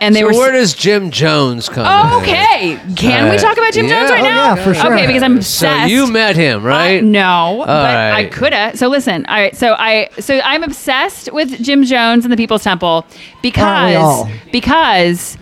and they
so
were. s-
where does Jim Jones come
Oh,
in?
okay. Can we
Right.
talk about Jim Jones
Yeah.
right
Oh,
now?
yeah, for sure.
Okay, because I'm
So
obsessed.
you met him, right?
I- Uh, no, but I
right.
coulda. So listen, all right. So I so I'm obsessed with Jim Jones and the People's Temple
Aren't we all?
because because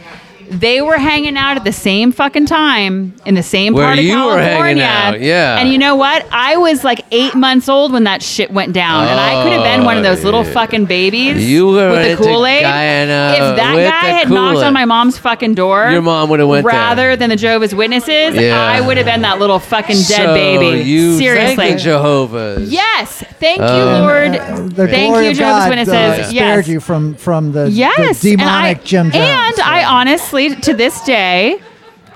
they were hanging out at the same fucking time in the same
Where
part of
you were
California.
hanging out, yeah.
And you know what? I was like eight months old when that shit went down, and I could have been one of those little
Oh,
fucking babies
You were
with
into
the Kool Aid.
Guyana
If that
with
guy
the
had knocked
Kool-Aid.
on my mom's fucking door,
Your mom would have went there.
rather than the Jehovah's Witnesses.
Yeah.
I would have been that little fucking dead
so
baby.
You
Seriously.
Thank the Jehovah's.
Yes. Thank you,
Oh.
Lord.
The
Uh, Thank
glory
you,
of
Jehovah's
God,
Witnesses.
Uh, spared
yes.
you from from the, the
yes.
demonic
and I,
Jim Jones.
And I honestly, to this day,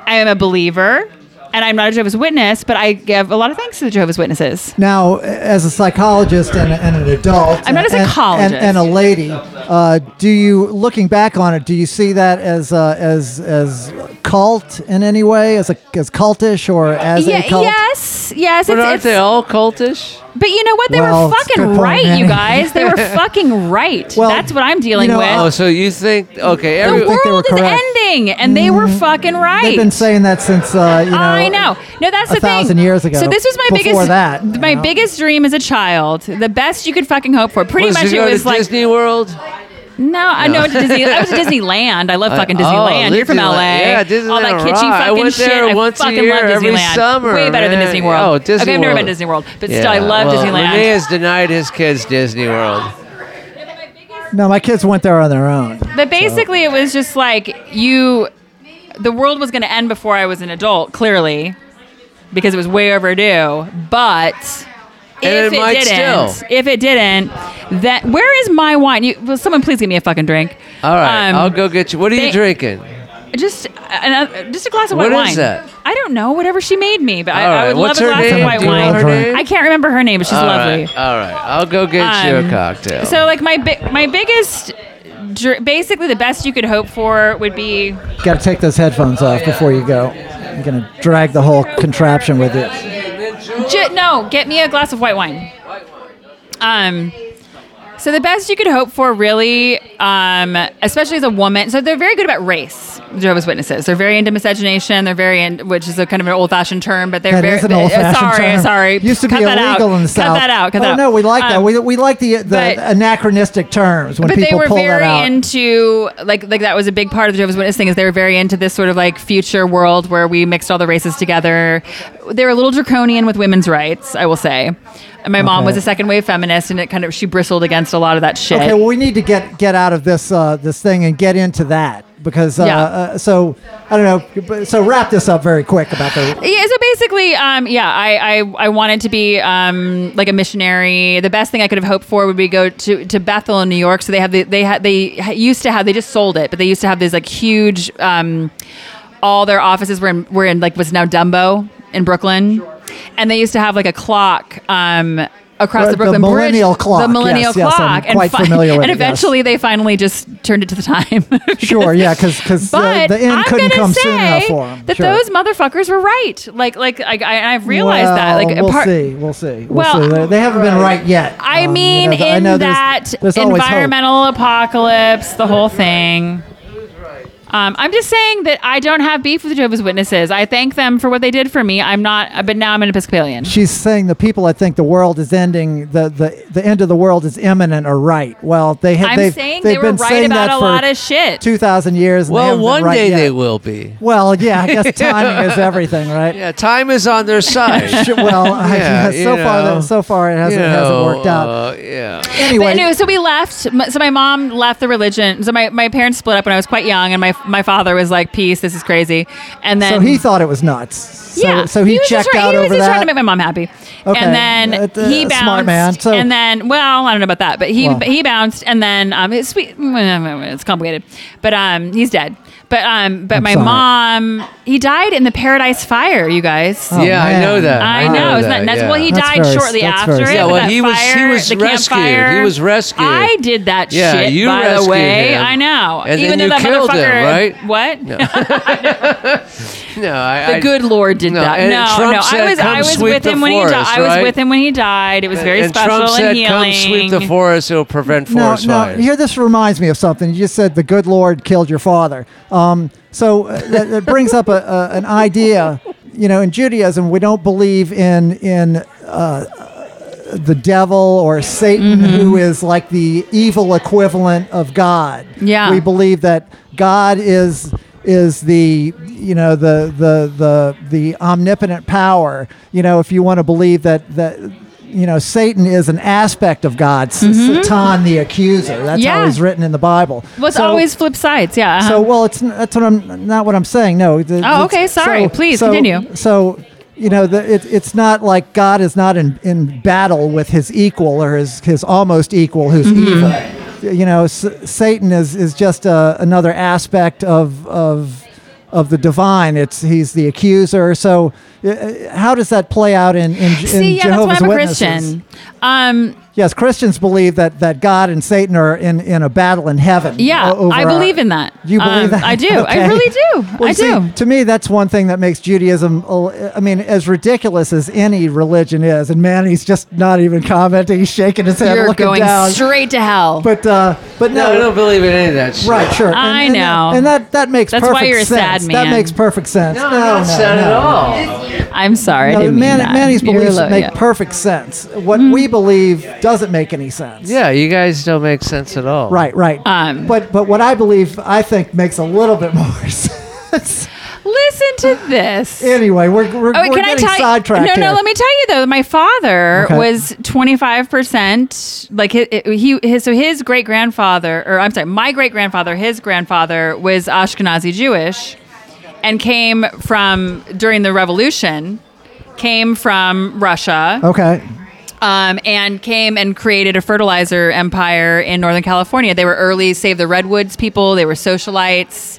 I am a believer. And I'm not a Jehovah's Witness, but I give a lot of thanks to the Jehovah's Witnesses.
Now, as a psychologist and, and an adult,
I'm not a
and- and-
psychologist.
and, and a lady. Uh, do you, looking back on it, do you see that as uh, as as cult in any way, as a as cultish or as a cult?
yes, yes.
But aren't they all cultish?
but you know what? They
Well,
were
it's a
fucking
good point,
right,
Annie.
you guys. They were fucking right.
Well,
That's what I'm dealing
you know, uh,
with.
I'll
Oh, so you think okay?
the
Every,
think they were
world is
correct. Mm.
ending, and they were fucking right.
They've been saying that since uh, you know.
I know. No, that's
a
the thing.
thousand years ago,
So this was my
before
biggest
that, you
my
know?
biggest dream as a child. The best you could fucking hope for. Pretty
was
much
you
it
go
was
to
like
Disney World.
no, I know to Disney. I was at Disneyland. I love fucking
oh,
Disneyland. You're from
Disneyland.
LA.
Yeah, Disneyland
All that kitschy
rocks. I
fucking
went
shit.
there once a
I fucking
year
love Disneyland.
every summer,
Way better than
man.
Disney World.
Oh, Disney
okay, I've never
World.
been to Disney World, but still, I
Yeah,
love
well,
Disneyland.
Renee has denied his kids Disney World.
No, my kids went there on their own.
But basically, it was just like you, the world was going to end before I was an adult, clearly, because it was way overdue. But if
And it
it,
might
didn't,
still.
if it didn't, that where is my wine? You, will someone please give me a fucking drink?
All right,
Um,
I'll go get you. What are you
they-
drinking?
Just another, just a glass of
What
white
is
wine.
that?
I don't know. Whatever she made me, but I,
All
I
right,
would
what's
love a
her
glass
name?
of white
Do you know
wine.
her name?
I can't remember her name, but she's
All
lovely.
right, all right, I'll go get you a
Um,
cocktail.
So like my bi- my biggest. dr- Basically, the best you could hope for would be
Got to take those headphones off before you go. You're gonna drag the whole contraption with you.
Ju- no, get me a glass of white wine. Um, so the best you could hope for, really, um, especially as a woman. So they're very good about race. Jehovah's Witnesses. They're very into miscegenation. They're very, in, which is a kind of an old-fashioned term, but they're
That
very.
is an
uh,
old fashioned
sorry,
term.
sorry.
Used to
cut
be
that out.
illegal in the
cut
South.
that out. Cut that
oh,
out.
no, we like that.
Um,
We, we like the, the
but-
anachronistic terms when
but
people
they were
pull that
very
out.
into like like that was a big part of the Jehovah's Witness thing is they were very into this sort of like future world where we mixed all the races together. They were a little draconian with women's rights, I will say. And my mom
Okay.
was a second wave feminist, and it kind of she bristled against a lot of that shit.
okay, well, we need to get get out of this uh, this thing and get into that because uh,
Yeah.
uh, so I don't know. but- So wrap this up very quick about the.
Yeah, so basically, um, yeah, I, I, I wanted to be um, like a missionary. The best thing I could have hoped for would be go to, to Bethel in New York. So they have the, they had they ha- used to have they just sold it, but they used to have these like huge. Um, all their offices were in were in like what's now Dumbo in Brooklyn, and they used to have like a clock. Um, Across
Right,
the
the
Brooklyn Bridge,
millennial clock.
the millennial
Yes, yes, I'm
clock,
quite
fi-
familiar with
and
it, yes.
eventually they finally just turned it to the time.
Sure, yeah, because uh,
But
the end
I'm
couldn't
gonna
come
say
soon enough for him.
that
sure.
those motherfuckers were right. Like, like I, I, I've realized that.
Well,
Like,
we'll
part-
see, we'll see, we'll
Well,
see. They- They haven't been right yet.
I
Um, you
mean,
know, th- I
in
know there's-
that
there's always hope.
environmental apocalypse, the whole thing. Um, I'm just saying that I don't have beef with the Jehovah's Witnesses. I thank them for what they did for me. I'm not, but now I'm an Episcopalian.
she's saying the people I think the world is ending the the, the end of the world is imminent are right. Well, they have
I'm
they've,
saying
they've
they were
been
right
saying
about
that
a
for
lot of shit.
2000 years and they
well,
haven't been
one
right
day
yet.
they will be.
Well, yeah, I guess timing is everything, right?
Yeah, time is on their side.
Sh- Well, I-
Yeah,
so
you
far
know.
that, so far it hasn't,
You
it hasn't
know,
worked out.
uh, yeah.
anyway,
But anyway, so we left. M- So my mom left the religion. So my, my parents split up when I was quite young, and my my father was like, "Peace, this is crazy." And then
so he thought it was nuts. So,
yeah,
so he,
was just
checked
try-
out
he was
over
just
that.
trying to make my mom happy.
Okay,
And then
uh, uh,
he
smart
bounced.
man. So-
and then, well, I don't know about that, but he
Well.
he bounced, and then um, it's sweet. It's complicated, but um, he's dead. But um, but
I'm
my
sorry.
mom, he died in the Paradise Fire. You guys.
Oh,
yeah, I
man.
know that.
I know, isn't
that,
that nuts?
yeah.
Well, he
That's
died
very-
shortly
that's
after.
very
it,
sad. Yeah,
but
well,
that
he was- he
fire,
was
the
rescued.
Campfire.
He was rescued.
I did that
Yeah,
shit.
you
by the
rescued
way,
him.
I know.
And then
Even though
you
that
killed him,
motherfucker,
right?
What?
No, I,
The
I-
good Lord did
no,
that.
and
no,
Trump
no,
said,
I was
"Come
I was
sweep
with
the
him when he died.
forest,"
I
right?
was with him when he died. It was very
and
special
Trump said,
and
"Come
healing.
sweep the forest; it'll prevent
No,
forest
no.
fires."
Here, this reminds me of something. You just said the good Lord killed your father. Um, so uh, that, that brings up a, a, an idea. You know, in Judaism, we don't believe in in uh, the devil or Satan, who is like the evil equivalent of God.
Yeah.
we believe that God is is the you know the the the the omnipotent power. You know, if you want to believe that that. You know, Satan is an aspect of God, S- Satan the accuser. That's how
Mm-hmm. Yeah.
he's written in the Bible.
was
So-
always flip sides. Yeah. uh-huh.
so well, it's n- that's what I'm not what I'm saying. No. the- it's-
Oh, okay, sorry. Please, continue.
So you know, the, it, it's not like God is not in, in battle with his equal or his his almost equal, who's
Mm-hmm.
evil. You know, s- Satan is is just a, another aspect of of of the divine. It's he's the accuser. So uh, uh, how does that play out in in, in
See, yeah,
Jehovah's
that's why I'm a
Witnesses?
Christian. Um,
Yes, Christians believe that that God and Satan are in in a battle in heaven.
Yeah,
o- over
I believe
our-
in that.
You believe
Um,
that?
I do. I really do.
Well,
I
you see,
do.
to me, that's one thing that makes Judaism. a- I mean, as ridiculous as any religion is, and Manny's just not even commenting. He's shaking his head,
you're
looking
going
down.
straight to hell.
but uh, but
no,
no,
I don't believe in any of that. Shit.
right, sure.
I
and,
know.
and that, and that that makes
That's why
perfect
you're a sad
sense. That
man.
makes perfect sense.
No,
No,
I'm not
no,
sad at
no.
all.
I'm sorry. I
No,
didn't mean
Man,
that.
Manny's
You're
beliefs
low-
make
yeah. Mm-hmm.
perfect sense. What we believe doesn't make any sense.
Yeah, you guys don't make sense at all.
Right, right.
Um,
but but what I believe, I think, makes a little bit more sense.
Listen to this.
anyway, we're we're,
Oh, wait,
we're
can I
getting
tell you?
sidetracked.
No,
here.
no. Let me tell you though. My father
Okay.
was twenty five percent. Like his, he, his, so his great grandfather, or I'm sorry, my great grandfather, his grandfather was Ashkenazi Jewish, and came from during the Revolution, came from Russia.
Okay.
um, and came and created a fertilizer empire in Northern California. They were early Save the Redwoods people, they were socialites.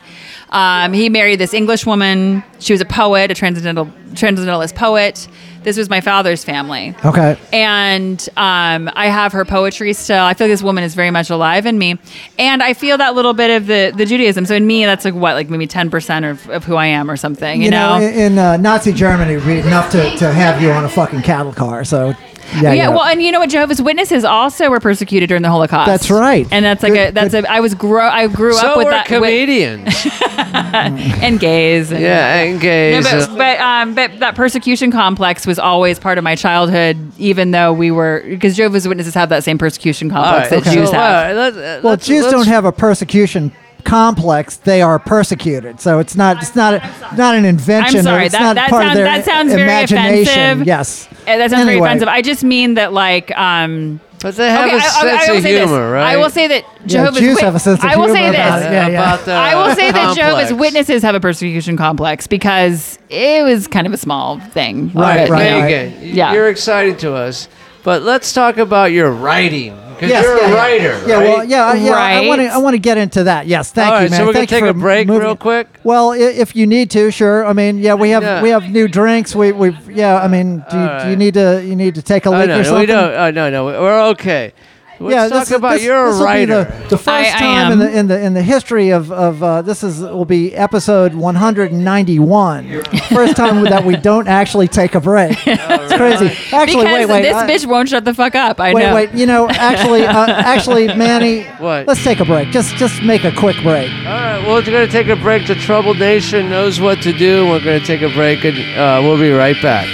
Um, he married this English woman. She was a poet, a transcendental transcendentalist poet. This was my father's family.
Okay.
And um, I have her poetry still. I feel like this woman is very much alive in me. And I feel that little bit of the, the Judaism. So in me, that's like what, like maybe 10% of, of who I am or something, you,
You know,
know?
in, in uh, Nazi Germany, it'd be enough to, to have you on a fucking cattle car. So, yeah,
Yeah, well, and you know what? Jehovah's Witnesses also were persecuted during the Holocaust.
That's right.
And that's like
Good-
a that's a I was grow I grew
So
up with
we're
that with-
comedians.
and gays. And,
yeah, and
No,
gays.
but but um but that persecution complex was always part of my childhood, even though we were because Jehovah's Witnesses have that same persecution
all
complex
right,
that Jews
so,
have.
all right, let- uh,
well,
let's-
Jews
let's-
don't have a persecution complex; they are persecuted. So it's not it's not a, not an invention.
I'm
Or
sorry,
it's
that-
not
that
part
sounds-
of their
that sounds very
imagination.
offensive.
Yes,
Uh, That sounds very
Anyway.
offensive. I just mean that like um
But they have a sense
will
of
say this.
humor, right?
I will say that
Yeah,
Jehovah's
Jews
Wit-
have a sense of
I will
humor
say
about
this.
it. Uh, Yeah, yeah.
About the
I will say that Jehovah's
complex.
Witnesses have a persecution complex because it was kind of a small thing.
Right,
But,
right,
you know,
right.
Megan,
Yeah.
you're exciting to us, but let's talk about your writing because
Yes,
you're
yeah,
a
yeah.
writer.
Yeah, well,
right?
yeah, yeah. I
Right.
want to, I want to get into that. Yes, thank
All
you,
right,
man.
so we're gonna
Thank you
take a
for
break
moving
real
it.
quick?
Well, i- if you need to, sure. I mean, yeah, we have
Yeah.
we have new drinks. We we yeah. I mean, do, you,
All
do you
right.
need to you need to take a
Oh,
leak or
no,
something?
we don't. Oh, no, no, we're okay. Let's
yeah,
talk
this, is-
about
this,
you're a
this will be
writer.
the, the first
I- I
time in
am.
the in the in the history of of uh, this is will be episode 191. first time that we don't actually take a break. It's crazy. Actually,
because
wait, wait.
this
I-
bitch won't shut the fuck up. I
Wait,
know.
wait. You know, actually, uh, actually, Manny,
What?
let's take a break. Just, just make a quick break.
All right, well, we're gonna take a break. The troubled nation knows what to do. We're gonna take a break, and uh, we'll be right back.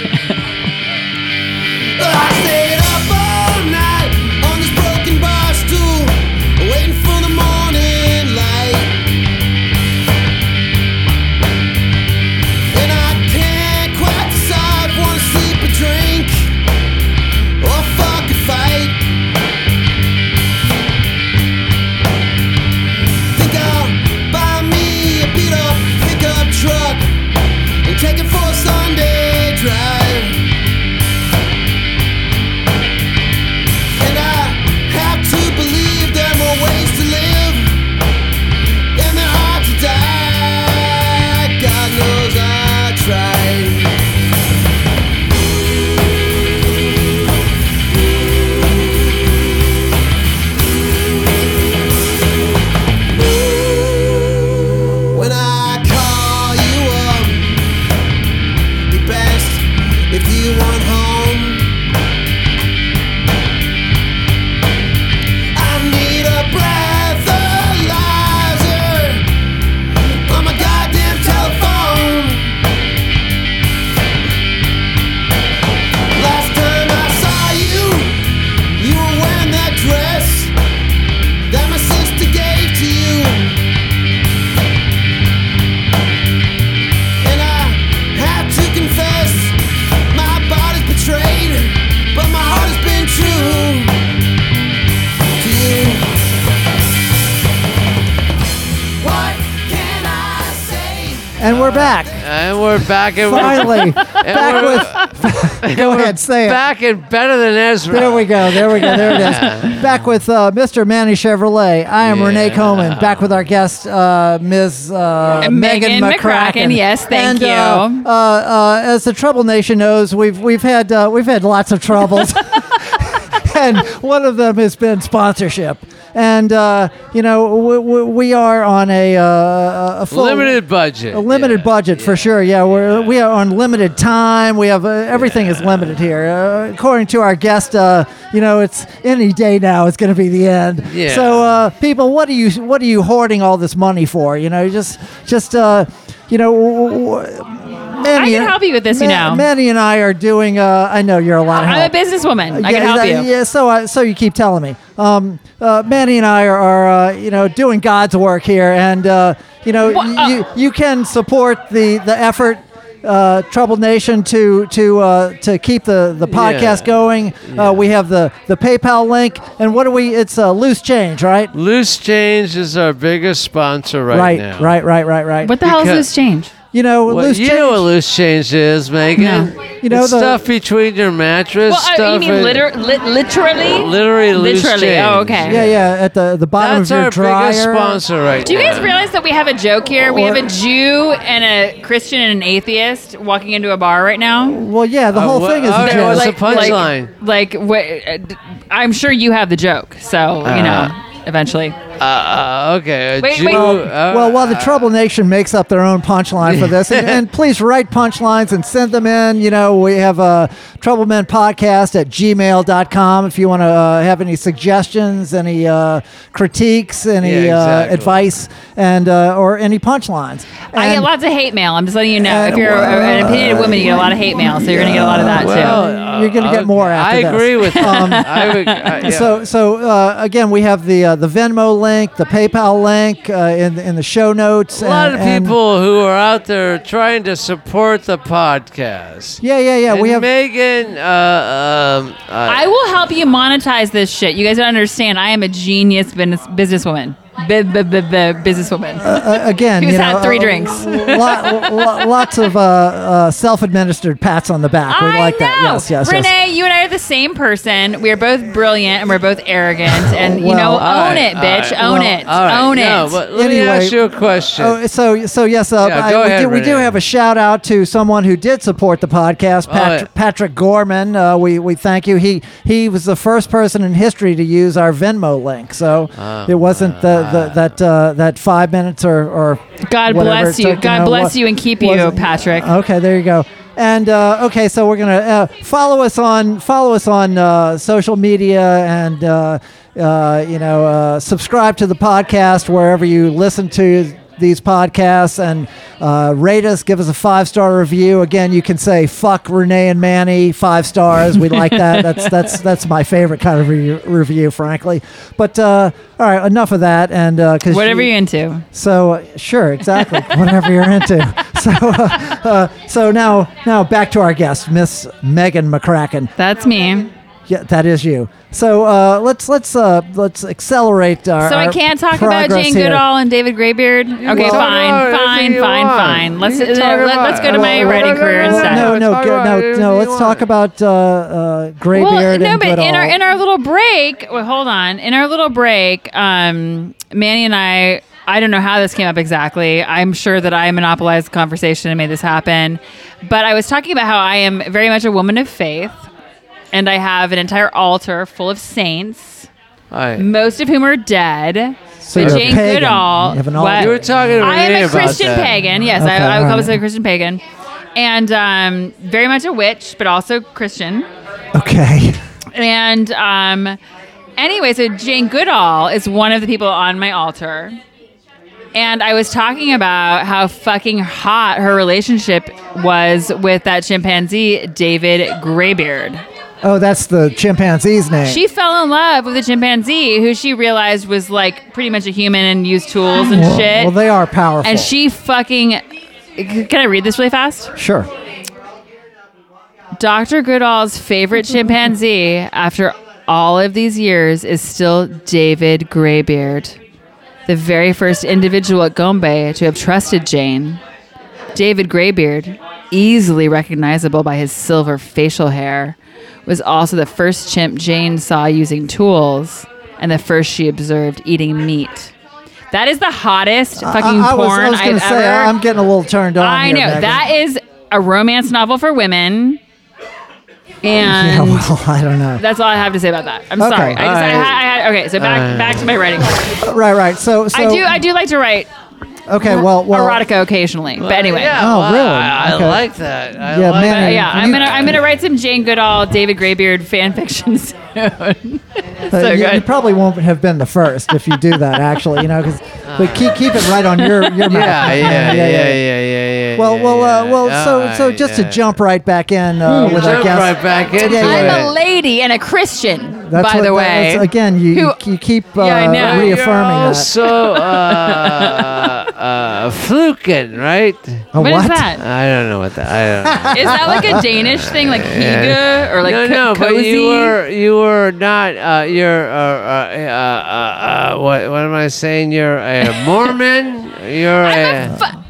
I stayed up all night on this broken bar stool, waiting for the morning light. And I can't quite decide, wanna sleep or drink, or fuck a fight. Think I'll buy me a beat up pickup truck and take it for a Sunday drive.
back.
And we're back in.
Finally,
we're-
back with. go ahead, say it.
Back and better than Ezra.
There we go. There we go. There it is. Back with uh, Mr. Manny Chevrolet. I am Renee
Yeah.
Coleman. Back with our guest, uh, Ms. Uh,
And
Megan
Megan
McCracken.
McCracken. Yes,
And,
thank
uh,
you.
Uh, uh, as the Trouble Nation knows, we've we've had uh, we've had lots of troubles. and one of them has been sponsorship. And uh, you know we, we, we are on a, uh, a full
Limited budget.
a limited
yeah.
budget for sure. Yeah, we're we are on limited time. We have uh, everything is limited here. Uh, according to our guest, uh, you know, it's any day now. It's going to be the end.
Yeah.
So, uh, people, what are you what are you hoarding all this money for? You know, just just uh, you know. W- w- Manny,
can help you with this, you know.
Manny and I are doing. Uh, I know you're a lot of help.
I'm a businesswoman. I can help
that-
you.
Yeah, so I, so you keep telling me. Um, uh, Manny and I are, are uh, you know doing God's work here, and uh, you know
Wha-
y- you you can support the the effort. Uh, Troubled Nation to to uh, to keep the the podcast
Yeah.
going. Uh, we have the the PayPal link, and what do we? It's uh, loose change, right?
Loose Change is our biggest sponsor right,
right,
now.
right, right, right, right.
What the hell is
Because-
this change?
you know,
Well,
loose
you
change.
know what loose change is, Megan.
No.
You know
It's
the-
stuff between your mattress.
Well, uh,
stuff
you mean
in-
liter- li- literally?
Literally loose
Literally. Oh,
change.
okay.
yeah, yeah. At the the bottom
That's
of your
our
dryer.
biggest sponsor right
Do you
now.
guys realize that we have a joke here? We have
Or-
a Jew and a Christian and an atheist walking into a bar right now.
Well, yeah. The
Uh,
whole
wha-
thing is
okay,
just-
what's the punchline?
Like, like what, uh, d- I'm sure you have the joke, so you
Uh.
know, eventually.
Uh, okay. a
Wait,
Jew-
wait.
uh,
well, while the Trouble Nation makes up their own punchline for this, and, and please write punchlines and send them in. You know, we have a Troublemen podcast at gmail.com if you want to uh, have any suggestions, any uh, critiques, any
Yeah,
uh,
exactly.
advice, and uh, or any punchlines.
I get
And- uh,
lots of hate mail. I'm just letting you know.
and-
If you're a, an opinionated woman, you get a lot of hate mail, so you're gonna get a lot of that
well,
too.
uh,
You're gonna get
okay.
more after
I
this. um,
agree with I would, I- yeah.
So, so uh, again, we have the uh, the Venmo link, the PayPal link uh, in in the show notes.
a lot of
and-
people who are out there trying to support the podcast.
yeah, yeah, yeah.
And
we have
Megan. Uh, um, uh,
I will help you monetize this shit. You guys don't understand. I am a genius business businesswoman. B- b- b- b- businesswoman.
uh, again,
Who's
you know,
had three
uh,
drinks?
lot, lo- lots of uh, uh, self-administered pats on the back. We
I
like
know.
that. Yes, yes,
Renee,
yes.
you and I are the same person. We are both brilliant and we're both arrogant. And you know,
Well,
all
own
right,
it, bitch.
all right.
own
Well,
it.
all right,
Own
no,
it.
But let me
Anyway,
ask you a question.
Oh, so so yes, uh,
Yeah,
I-
go
we,
ahead,
do, we do
Renee. Oh,
have a shout out to someone who did support the podcast, Pat-
yeah.
Patrick Gorman. Uh, we we thank you. He he was the first person in history to use our Venmo link, so
Ah,
it wasn't the, the that uh, that five minutes or, or
God
whatever
bless
it
you.
took,
God
know,
bless
what- uh,
you and keep you,
wasn't-
Patrick.
Okay, there you go. And uh, okay, so we're gonna uh, follow us on follow us on uh, social media and uh, uh, you know uh, subscribe to the podcast wherever you listen to these podcasts and uh, rate us. Give us a five star review. Again, you can say "fuck Renee and Manny" five stars. We like that. That's that's that's my favorite kind of re- review, frankly. But uh, all right, enough of that. And uh 'cause
Whatever
you-
you're into.
so uh, sure, exactly. Whatever you're into. So uh, uh, so now now back to our guest, Miss Megan McCracken.
That's me.
Yeah, that is you. So uh, let's let's uh, let's accelerate our.
So I
our
can't talk about
progress
Jane
here.
Goodall and David Graybeard. Okay,
can talk about
fine,
whatever
fine,
you
fine,
want.
fine. Let's
You
uh,
can talk
let,
about-
let's go to my
Well, no,
writing
no,
career
no, no,
instead.
No, no,
Talk
go,
about
no,
whatever
no.
you
Let's
want.
talk about uh, uh, Graybeard
Well,
and
no, but
Goodall.
in our in our little break, wait, hold on. In our little break, um, Manny and I, I don't know how this came up exactly. I'm sure that I monopolized the conversation and made this happen, but I was talking about how I am very much a woman of faith, and I have an entire altar full of saints,
All right.
most of whom are dead.
So
but
you're a
Jane
pagan.
Goodall,
You have an
what-
altar.
you were talking to
I
Renee
am a
about
Christian
that.
pagan. Yes,
Okay,
I, I would
all
call myself
right.
a Christian pagan, and um, very much a witch, but also Christian.
Okay.
And um, anyway, so Jane Goodall is one of the people on my altar. And I was talking about how fucking hot her relationship was with that chimpanzee, David Graybeard.
Oh, that's the chimpanzee's name.
She fell in love with a chimpanzee who she realized was like pretty much a human and used tools and
well,
shit.
Well, they are powerful.
and she fucking. Can I read this really fast?
sure.
Dr. Goodall's favorite chimpanzee after all of these years is still David Graybeard, the very first individual at Gombe to have trusted Jane. David Greybeard, easily recognizable by his silver facial hair, was also the first chimp Jane saw using tools and the first she observed eating meat. That is the hottest fucking
I, I was,
porn
I was
have
gonna say,
ever.
I'm getting a little turned on.
I
here,
know
Megan.
that is a romance novel for women,
Yeah,
and
well, I don't know.
that's all I have to say about that. I'm
Okay.
sorry. I just, I,
All right.
had- I had, okay, so back
All right.
back to my writing.
Right, right. So, so
I do I do like to write
okay. Well, well,
erotica occasionally, but anyway.
yeah,
Oh,
well,
really?
I, I
Okay.
like that. I
Yeah,
like
man,
that.
I-
Yeah, I'm
You-
gonna I'm gonna write some Jane Goodall, David Greybeard fan fiction soon.
but
so
you, you
good.
probably won't have been the first if you do that. Actually, you know, because but keep keep it right on your your mouth.
Yeah, yeah, yeah, yeah, yeah, yeah. yeah
Well, well, uh,
yeah.
well.
All
so, so
right,
just
yeah.
to
Hmm,
jump right back in uh, with our
jump
guest.
right back into
yeah,
it.
yeah.
I'm a lady and a Christian,
That's
by
what-
the way.
that's- again, you you,
Who-
you keep uh,
I know. You're
reaffirming
You're
that.
also uh, uh, fluking, right?
A
What is
what?
that?
I don't know what that. I don't know.
Is that like a Danish thing, like higa or like
no,
co-
no,
cozy?
but you were you were not uh, you're uh, uh, uh, uh, uh, what what am I saying? You're a Mormon. You're
I'm
a,
a fu-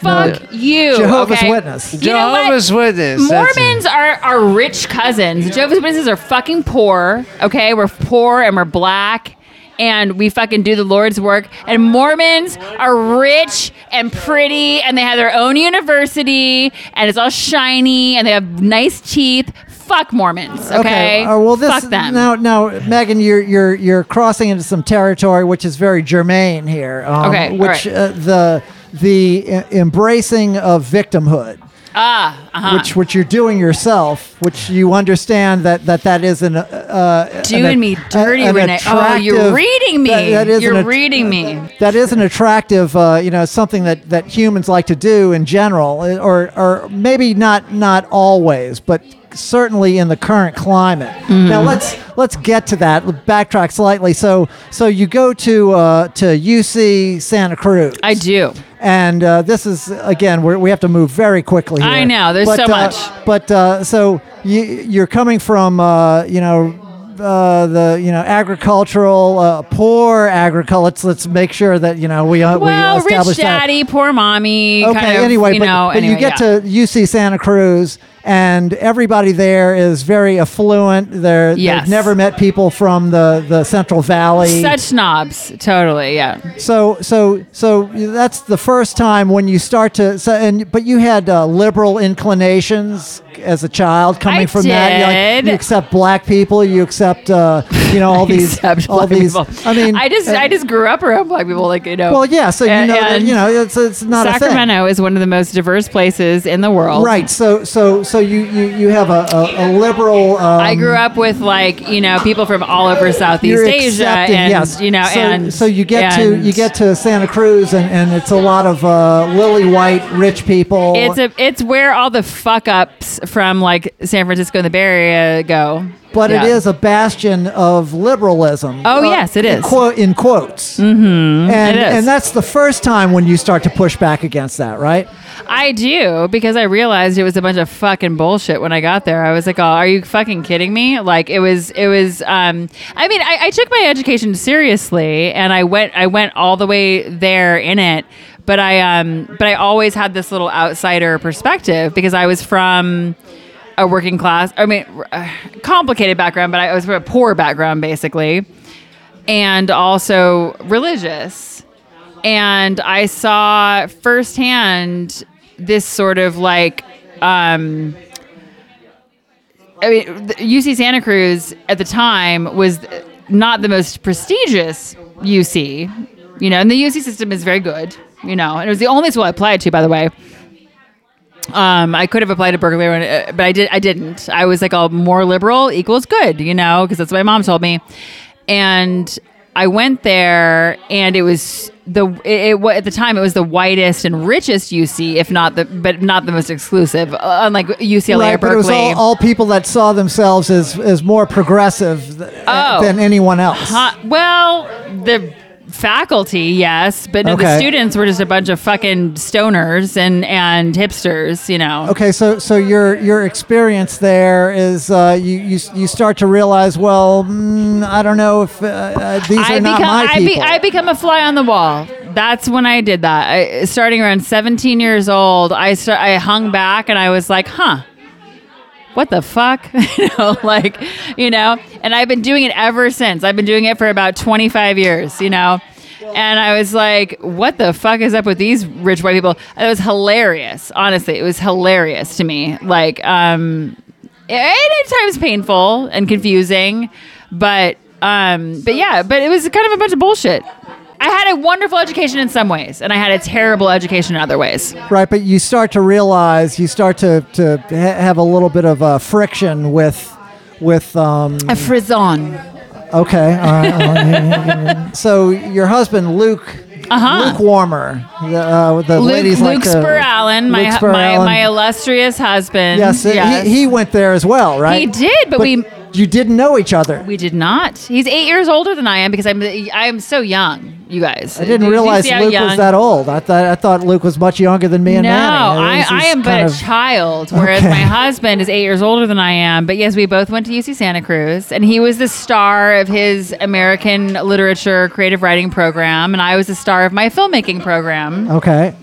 fuck you,
Jehovah's
okay?
Witness.
You know what?
Jehovah's Witness. that's it.
Mormons are, are rich cousins. Jehovah's Witnesses are fucking poor. Okay, we're poor and we're black, and we fucking do the Lord's work. And Mormons are rich and pretty, and they have their own university, and it's all shiny, and they have nice teeth. Fuck Mormons. Okay.
uh, well, this
fuck them.
now, now, Megan, you're you're you're crossing into some territory which is very germane here. um,
Okay, all
Which
right.
uh, the the uh, embracing of victimhood,
ah, uh-huh.
which which you're doing yourself, which you understand that that that is an uh,
doing
an-
me dirty,
a- an
Renee. Oh, you're
attractive-
reading me.
that- that is
you're
an att-
reading me.
that is an attractive, uh, you know, something that, that humans like to do in general, uh, or or maybe not not always, but certainly in the current climate.
Mm.
Now let's let's get to that. Backtrack slightly. So so you go to uh, to UC Santa Cruz.
I do.
And uh, this is again, we're, we have to move very quickly. Here.
I know, there's
but,
so
uh,
much.
But uh, so you, you're coming from, uh, you know, uh, the you know agricultural, uh, poor agriculture. Let's, let's make sure that you know we uh,
Well,
we establish
rich daddy, poor mommy.
that. Okay.
kind of,
anyway,
you
but,
know,
but
anyway,
you get
yeah.
to UC Santa Cruz, and everybody there is very affluent. They're
Yes.
they've never met people from the the Central Valley.
Such snobs, totally. Yeah.
So, so, so that's the first time when you start to. So, and but you had uh, liberal inclinations as a child coming
I
from that. You, like,
did.
you accept black people. You accept, uh, you know, all these,
Except
all
black
these.
people.
I mean,
I just,
uh,
I just grew up around black people, like you know.
Well, yeah. So you
and-
know, that,
and
you know, it's it's not a thing.
Sacramento is one of the most diverse places in the world.
Right. So, so, so you you you have a a, a liberal. Um,
I grew up with like you know people from all over Southeast
you're
Asia,
accepting,
and
yes.
you know,
so,
and
so you get to
and
you get to Santa Cruz, and, and it's a lot of uh, lily white rich people.
It's a, it's where all the fuck ups from like San Francisco and the Bay Area go.
but
Yeah.
it is a bastion of liberalism. uh,
Oh, yes, it
in
is.
Quote in quotes. Mm-hmm. And,
It is.
and that's the first time when you start to push back against that, right?
I do because I realized it was a bunch of fucking bullshit when I got there. I was like, "Oh, are you fucking kidding me?" Like it was, it was. Um, I mean, I, I took my education seriously, and I went, I went all the way there in it. But I, um, but I always had this little outsider perspective because I was from a working class. I mean, r- uh, complicated background, but I was from a poor background basically, and also religious and I saw firsthand this sort of like um I mean the- UC Santa Cruz at the time was not the most prestigious UC, you know, and the UC system is very good, you know, and it was the only school I applied to by the way. Um, I could have applied to Berkeley, uh, but I did. I didn't. I was like, "Oh, more liberal equals good," you know, because that's what my mom told me. And I went there, and it was the it, it wa- at the time it was the whitest and richest UC, if not the but not the most exclusive, uh, unlike UCLA or
right, but
Berkeley.
it was all, all people that saw themselves as, as more progressive th- eh,
Oh.
than anyone else.
Uh, well, the faculty, yes, but no, the
Okay.
students were just a bunch of fucking stoners and and hipsters, you know.
Okay, so so your your experience there is uh, you, you you start to realize, well, mm, I don't know if uh, uh, these are
I
not
become
my
I,
people.
be, I become a fly on the wall That's when I did that. I, starting around 17 years old, I sta- I hung back and I was like, "Huh, what the fuck?" you know, like, you know. And I've been doing it ever since. I've been doing it for about 25 years. You know. And I was like, "What the fuck is up with these rich white people?" It was hilarious. Honestly, it was hilarious to me. Like, um, it, it at times painful and confusing, but um, but yeah, but it was kind of a bunch of bullshit. I had a wonderful education in some ways, and I had a terrible education in other ways.
Right, but you start to realize, you start to, to ha- have a little bit of uh, friction with, with um,
A frisson.
okay. all right, all right. so your husband, Luke,
Uh-huh.
Luke Warmer, the, uh, the
Luke,
ladies like
Luke
to-
Spur Allen, my,
Luke
hu-
Spur
my,
Allen.
my illustrious husband.
yes, it- He, he went there as well, right?
He did, but we-
you didn't know each other.
we did not. He's eight years older than I am because I'm I am so young, you guys.
I didn't realize Luke was that old. I thought I thought Luke was much younger than me and
no,
Manny.
I,
was
I
just
am but
kind
a
of-
child, whereas
Okay.
my husband is eight years older than I am. But yes, we both went to UC Santa Cruz, and he was the star of his American literature creative writing program, and I was the star of my filmmaking program.
Okay.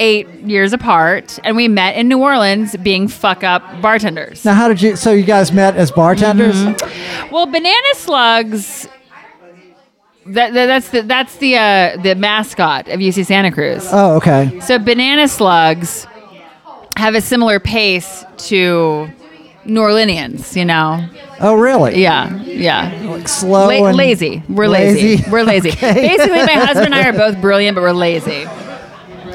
Eight years apart, and we met in New Orleans, being fuck up bartenders.
Now, how did you? So you guys met as bartenders?
Mm-hmm. Well, banana slugs. That, that, that's the that's the uh, the mascot of UC Santa Cruz.
Oh, okay.
So banana slugs have a similar pace to New Orleanians, you know?
Oh, really?
Yeah, yeah.
Slow
La-
Oh, and
lazy. We're lazy. We're lazy.
Okay.
Basically, my husband and I are both brilliant, but we're lazy.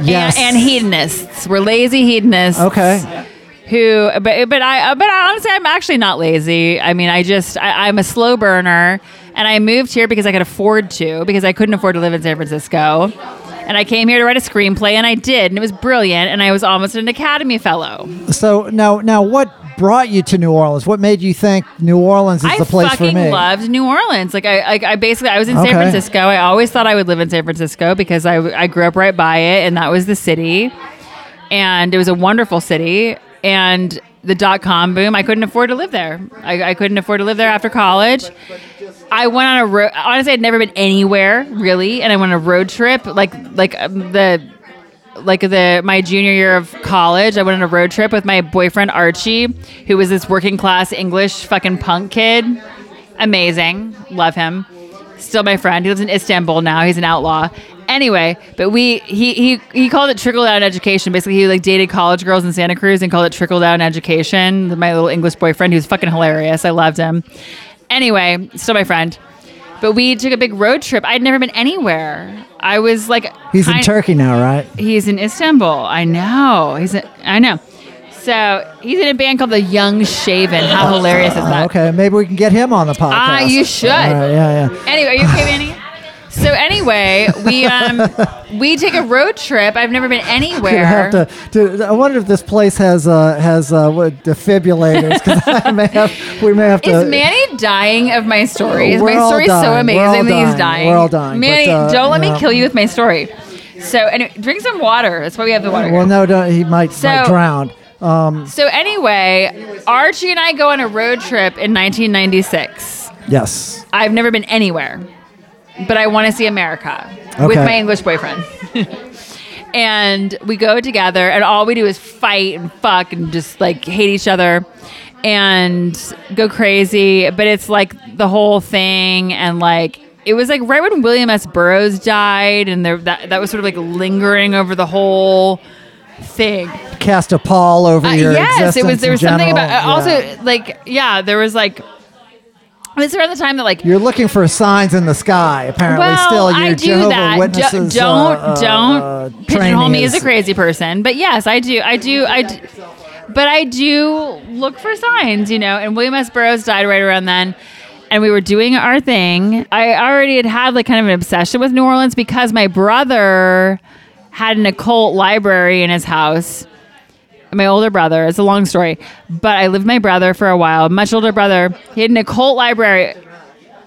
yes.
And, and hedonists. We're lazy hedonists.
Okay.
Who? But but I uh, but I, honestly, I'm actually not lazy. I mean, I just I, I'm a slow burner, and I moved here because I could afford to because I couldn't afford to live in San Francisco, and I came here to write a screenplay, and I did, and it was brilliant, and I was almost an Academy Fellow.
So now, now, what brought you to New Orleans? What made you think New Orleans is
I
the place for
fucking
me?
loved New Orleans. Like I, like I basically, I was in
Okay.
San Francisco. I always thought I would live in San Francisco because I, I grew up right by it, and that was the city, and it was a wonderful city. And the dot com boom, I couldn't afford to live there. I, I couldn't afford to live there after college. I went on a road. Honestly, I'd never been anywhere really, and I went on a road trip. Like like um, the like the my junior year of college, I went on a road trip with my boyfriend Archie, who was this working class English fucking punk kid. Amazing, love him. Still my friend. He lives in Istanbul now. He's an outlaw. Anyway, but we he he he called it trickle down education. Basically, he like dated college girls in Santa Cruz and called it trickle down education. My little English boyfriend, who's fucking hilarious. I loved him. Anyway, still my friend. But we took a big road trip. I'd never been anywhere. I was like,
He's in
kind-
Turkey now, right?
He's in Istanbul. I know. He's in, I know. So he's in a band called the Young Shaven. How hilarious is that?
Okay, maybe we can get him on the podcast.
Ah, you should.
All right, yeah, yeah.
Anyway, are you okay, Manny? So anyway, we um we take a road trip. I've never been
Gonna
anywhere.
have to, to- I wonder if this place has uh, has uh, what, defibrillators because I may have we may have to.
is Manny dying of my story? Is
We're
my
all
story so
dying. We're all
amazing that
dying.
he's dying?
We're all dying,
Manny,
but, uh,
don't let
no.
me kill you with my story. So anyway, drink some water. That's why we have the water. here.
well, no, no, he might, might
So-
drown. Uh,
So anyway, Archie and I go on a road trip in 1996.
Yes.
I've never been anywhere, but I want to see America with
Okay.
my English boyfriend. and we go together, and all we do is fight and fuck and just like hate each other and go crazy. But it's like the whole thing, and like it was like right when William S. Burroughs died, and there that that was sort of like lingering over the whole thing.
Cast a pall over
Uh,
your
yes, it
existence
was. There
in
was something
general.
about uh, also
Yeah.
like yeah, there was like. It's around the time that like
You're looking for signs in the sky. Apparently,
well,
still your
I do
Jehovah
that. Do-
Witnesses. uh,
don't
uh,
don't
uh,
pigeonhole
training
me as a
is-
crazy person. But yes, I do. I do. I do. But I do look for signs, you know. And William S. Burroughs died right around then. And we were doing our thing. I already had had like kind of an obsession with New Orleans because my brother had an occult library in his house. My older brother, it's a long story, but I lived with my brother for a while, much older brother. He had an occult library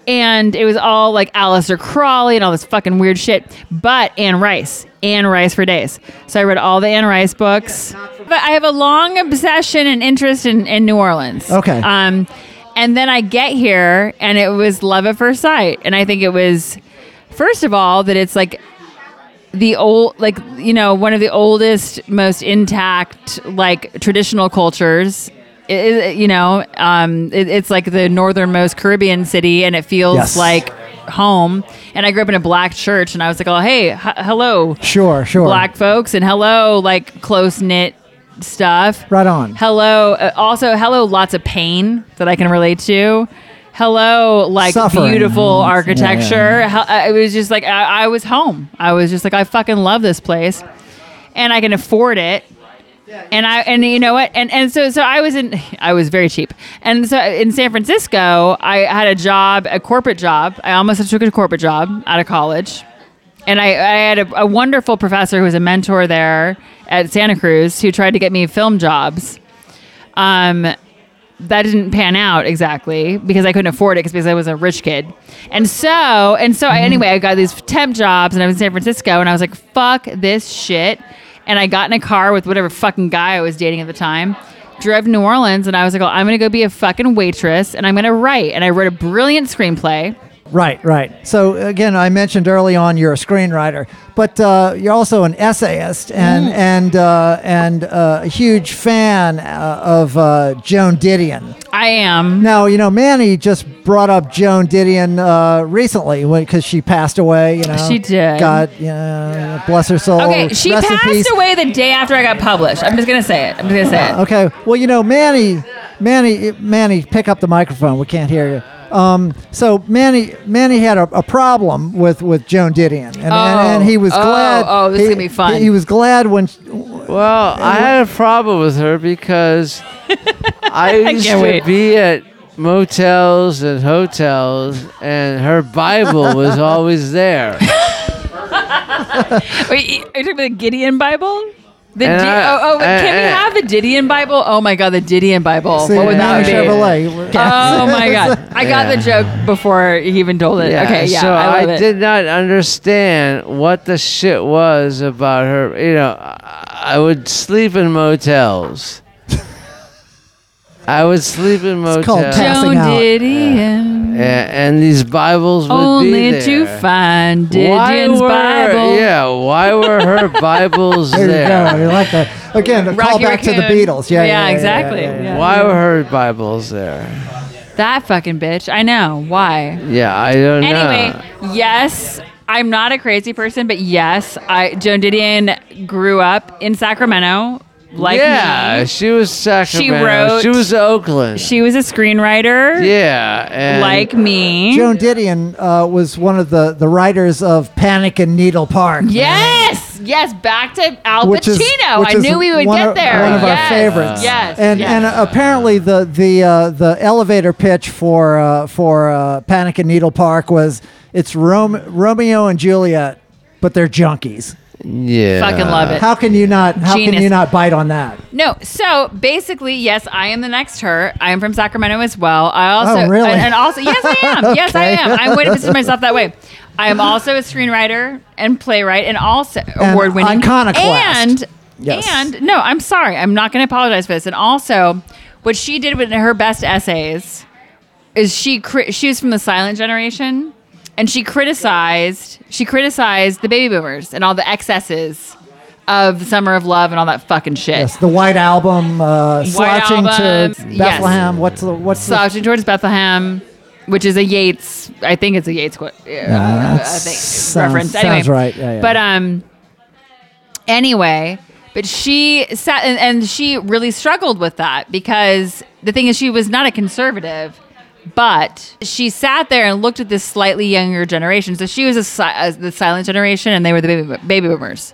and it was all like Aleister Crawley and all this fucking weird shit. But Anne Rice, Anne Rice for days. So I read all the Anne Rice books. But I have a long obsession and interest in, in New Orleans.
Okay.
Um, and then I get here, and it was love at first sight. And I think it was, first of all, that it's like the old like you know one of the oldest most intact like traditional cultures I- I- you know um, it, it's like the northernmost caribbean city and it feels
Yes.
like home and i grew up in a black church and i was like oh hey h- hello
Sure, sure.
black folks and hello like close-knit stuff
Right on.
hello uh, also hello lots of pain that i can relate to hello like
Suffering.
beautiful
Yeah, yeah,
architecture
yeah.
Hel- I- it was just like I, I was home i was just like i fucking love this place and i can afford it and I and you know what and and so so I was in I was very cheap and so in San Francisco I had a job a corporate job I almost took a corporate job out of college and I, I had a, a wonderful professor who was a mentor there at Santa Cruz who tried to get me film jobs um that didn't pan out exactly because I couldn't afford it 'cause- because I was a rich kid. And so, and so I,
Mm-hmm.
anyway, I got these temp jobs and I was in San Francisco and I was like, fuck this shit. And I got in a car with whatever fucking guy I was dating at the time, drove to New Orleans and I was like, well, I'm going to go be a fucking waitress and I'm going to write. And I wrote a brilliant screenplay.
Right, right. So again, I mentioned early on you're a screenwriter, but uh, you're also an essayist and
Mm.
and uh, and uh, a huge fan uh, of uh, Joan Didion.
I am.
Now you know Manny just brought up Joan Didion uh, recently because she passed away. You know,
She did.
God, you know, bless her soul.
Okay, she
Rest in peace.
passed away the day after I got published. I'm just going to say it. I'm just going to say it.
Okay. Well, you know, Manny, Manny, Manny, pick up the microphone. We can't hear you. Um, so Manny, Manny had a, a problem with with Joan Didion, and, and, and he was
Oh,
glad.
oh, this is
he-
gonna be fun.
He, he was glad when.
Well, I had a problem with her because I used
can't
to
wait.
be at motels and hotels, and her Bible was always there.
Wait, are you talking about the Gideon Bible? The
And
Di-
I-
oh, oh, wait, can we
and-
have the Didion Bible? Oh my God, the Didion Bible.
See,
what would
Manny
that be?
Chevrolet. uh,
Oh my God, I got the joke before he even told it. okay, yeah,
So
I
I,
love it.
did not understand what the shit was about her. You know, I, I would sleep in motels. I would sleep in
It's called
motels,
Joan
and,
passing
Joan
out.
Didion,
and these Bibles would be
only
there.
to find Didion's
were,
Bible.
Yeah, why were her Bibles
There you go.
there?
You like that? Again, a
Rocky
call back to the
Raccoon.
Beatles. Yeah, yeah, yeah, yeah,
exactly.
yeah, yeah.
yeah.
Why were her Bibles there?
That fucking bitch. I know why.
Yeah, I don't know.
Anyway, yes, I'm not a crazy person, but yes, I Joan Didion grew up in Sacramento. Like
yeah,
me.
she was Sacramento.
wrote-
she was Oakland.
she was a screenwriter.
yeah, and
Like me.
Joan Didion uh, was one of the, the writers of Panic in Needle Park.
Yes, yes. Back to Al
which is-
Pacino.
which
I
is
knew we would
one
get
of-
there.
One of
yes.
our favorites.
Yes,
and
yes.
and uh, apparently the the uh, the elevator pitch for uh, for uh, Panic in Needle Park was it's Rome, Romeo and Juliet, but they're junkies.
yeah,
uh,
fucking love it.
How can you not? How
Genius.
can you not bite on that?
No, so basically, yes, I am the next her. I am from Sacramento as well. I also
Oh, really?
and, and also yes, I am. Yes, I
Okay.
am. I wouldn't consider myself that way. I am also a screenwriter and playwright, and also award winning
iconoclast.
And
Yes.
and no, I'm sorry, I'm not going to apologize for this. And also, what she did with her best essays is she cri- she was from the silent generation, and she criticized she criticized the baby boomers and all the excesses of Summer of Love and all that fucking shit.
Yes, the White Album, uh, slouching
Album,
to
yes.
Bethlehem. What's the what's the
Slouching Towards Bethlehem, which is a Yeats. I think it's a Yeats quote. Uh, I
that's-
think,
sounds-
reference.
sounds
Anyway,
right. Yeah, yeah.
But um, anyway, but she sat and, and she really struggled with that because the thing is, she was not a conservative. But she sat there and looked at this slightly younger generation. So she was a, si- uh the silent generation, and they were the baby, bo- baby boomers.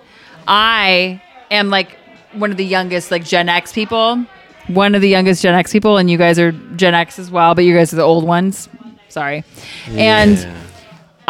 I am like one of the youngest, like Gen X people, one of the youngest Gen X people, and you guys are Gen X as well, but you guys are the old ones. Sorry. And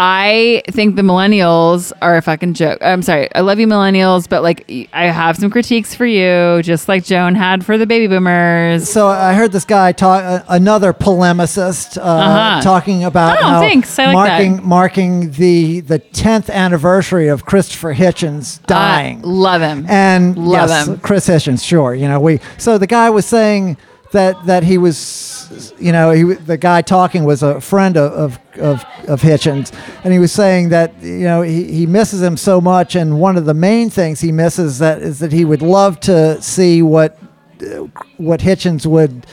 I think the millennials are a fucking joke. I'm sorry. I love you, millennials, but like, y- I have some critiques for you, just like Joan had for the baby boomers.
So I heard this guy talk, uh, another polemicist, uh,
Uh-huh.
talking about
Oh,
how
thanks. I like
marking
that.
marking the the tenth anniversary of Christopher
Uh,
Hitchens dying.
I love him.
and
Love
yes,
him.
Chris Hitchens, sure. You know, we so the guy was saying that that he was, you know, he, w- the guy talking was a friend of of, of of Hitchens, and he was saying that you know he, he misses him so much, and one of the main things he misses that is that he would love to see what uh, what Hitchens would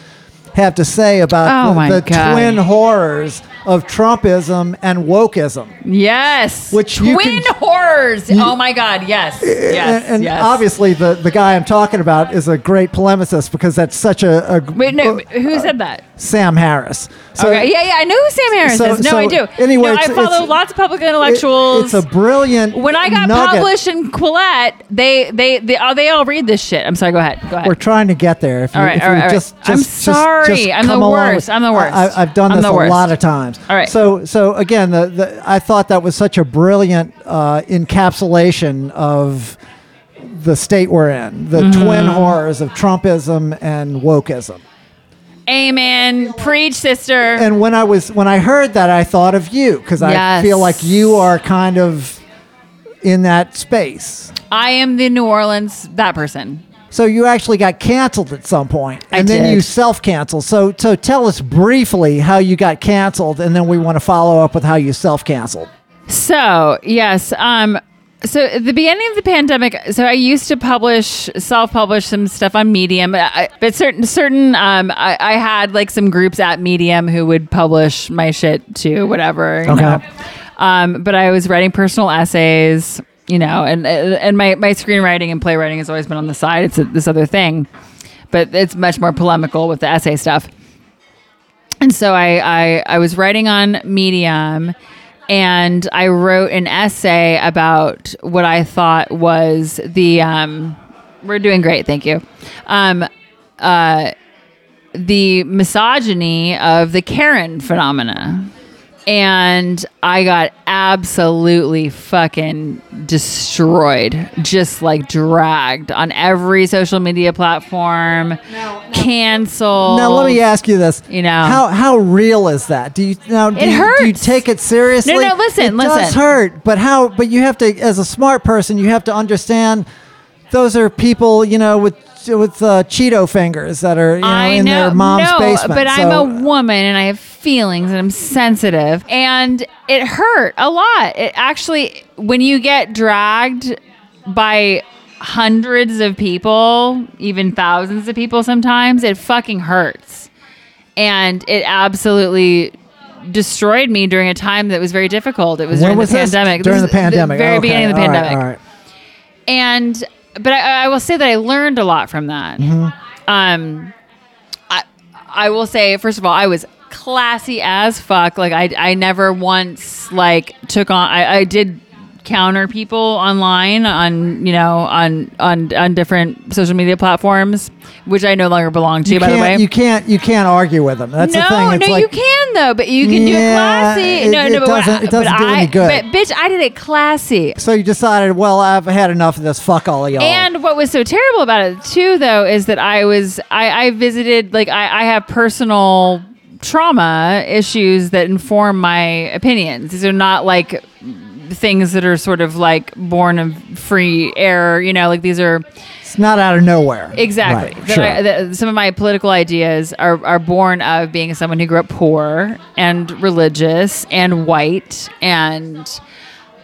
have to say about
Oh my
the, the
God.
twin horrors of Trumpism and wokeism.
Yes.
Which you
twin
can-
horrors. oh my God. Yes. Yes.
and and
yes.
obviously, the, the guy I'm talking about is a great polemicist because that's such a, a
Wait, no. Who said that?
Sam Harris. uh, So
okay. Yeah, yeah. I know who Sam Harris
so-
is. No,
so
I do.
anyway,
No, I
it's-
follow
it's-
lots of public
it- it's
intellectuals.
a brilliant.
when I got
nugget.
published in Quillette, they they they, oh, they all read this shit. I'm sorry. Go ahead. Go ahead.
We're trying to get there. If you,
All right,
if
all
you
right, all right.
just, just,
I'm
just-
sorry.
just
I'm the
come along
worst. I'm the worst.
I, have done
I'm
this
the
a
worst.
lot of times.
All right.
So, so again, the, the, I thought that was such a brilliant uh, encapsulation of the state we're in, the
Mm-hmm.
twin horrors of Trumpism and wokeism.
Amen. Preach, sister.
and when I was when I heard that, I thought of you because I
Yes.
feel like you are kind of in that space.
I am the New Orleans that person.
So you actually got canceled at some point,
I
and then you
did.
self-canceled. So so tell us briefly how you got canceled, and then we want to follow up with how you self-canceled.
So yes, um, so at the beginning of the pandemic, so I used to publish, self-publish some stuff on Medium, but I, but certain certain um, I, I had like some groups at Medium who would publish my shit too, whatever. you
Okay.
know. Um, but I was writing personal essays, you know, and and my my screenwriting and playwriting has always been on the side. It's this other thing, but it's much more polemical with the essay stuff. And so I, I, I was writing on Medium and I wrote an essay about what I thought was the, um, we're doing great, thank you. Um, uh, the misogyny of the Karen phenomena. And I got absolutely fucking destroyed, just like dragged on every social media platform, canceled.
Now let me ask you this:
Oh. You know.
how how real is that? Do you now? Do
It
you, Do you
hurts.
take it seriously?
No, no, listen,
it does
listen.
hurt, but how? But you have to, as a smart person, you have to understand those are people, you know, with with uh, Cheeto fingers that are you know,
I
in
know,
their mom's
no,
basement.
But
so,
I'm a woman and I have feelings and I'm sensitive. And it hurt a lot. It actually, when you get dragged by hundreds of people, even thousands of people sometimes, it fucking hurts. And it absolutely destroyed me during a time that was very difficult. It was
when
during
was
the
this?
pandemic.
During
This
the
is
pandemic.
The very
Okay,
beginning of the
all right,
pandemic
all right.
and but I, I will say that I learned a lot from that.
Mm-hmm.
Um, I I will say first of all, I was classy as fuck. Like I I never once like took on. I, I did counter people online on you know on on on different social media platforms, which I no longer belong to.
You
by the way,
can't, you can't you can't argue with them. That's
no,
the thing. It's
no,
like,
you can though, but you can do it
Yeah,
classy.
it-
no,
it
no, but what I-
doesn't- it doesn't
but
do any
I-
good.
But bitch, I did it classy.
So you decided, well, I've had enough of this. Fuck all of y'all.
And what was so terrible about it too, though, is that I was I, I visited like I, I have personal trauma issues that inform my opinions. These are not like things that are sort of like born of free air. You know, like these are
it's not out of nowhere.
exactly
Right,
that
sure.
I, that some of my political ideas are are born of being someone who grew up poor and religious and white and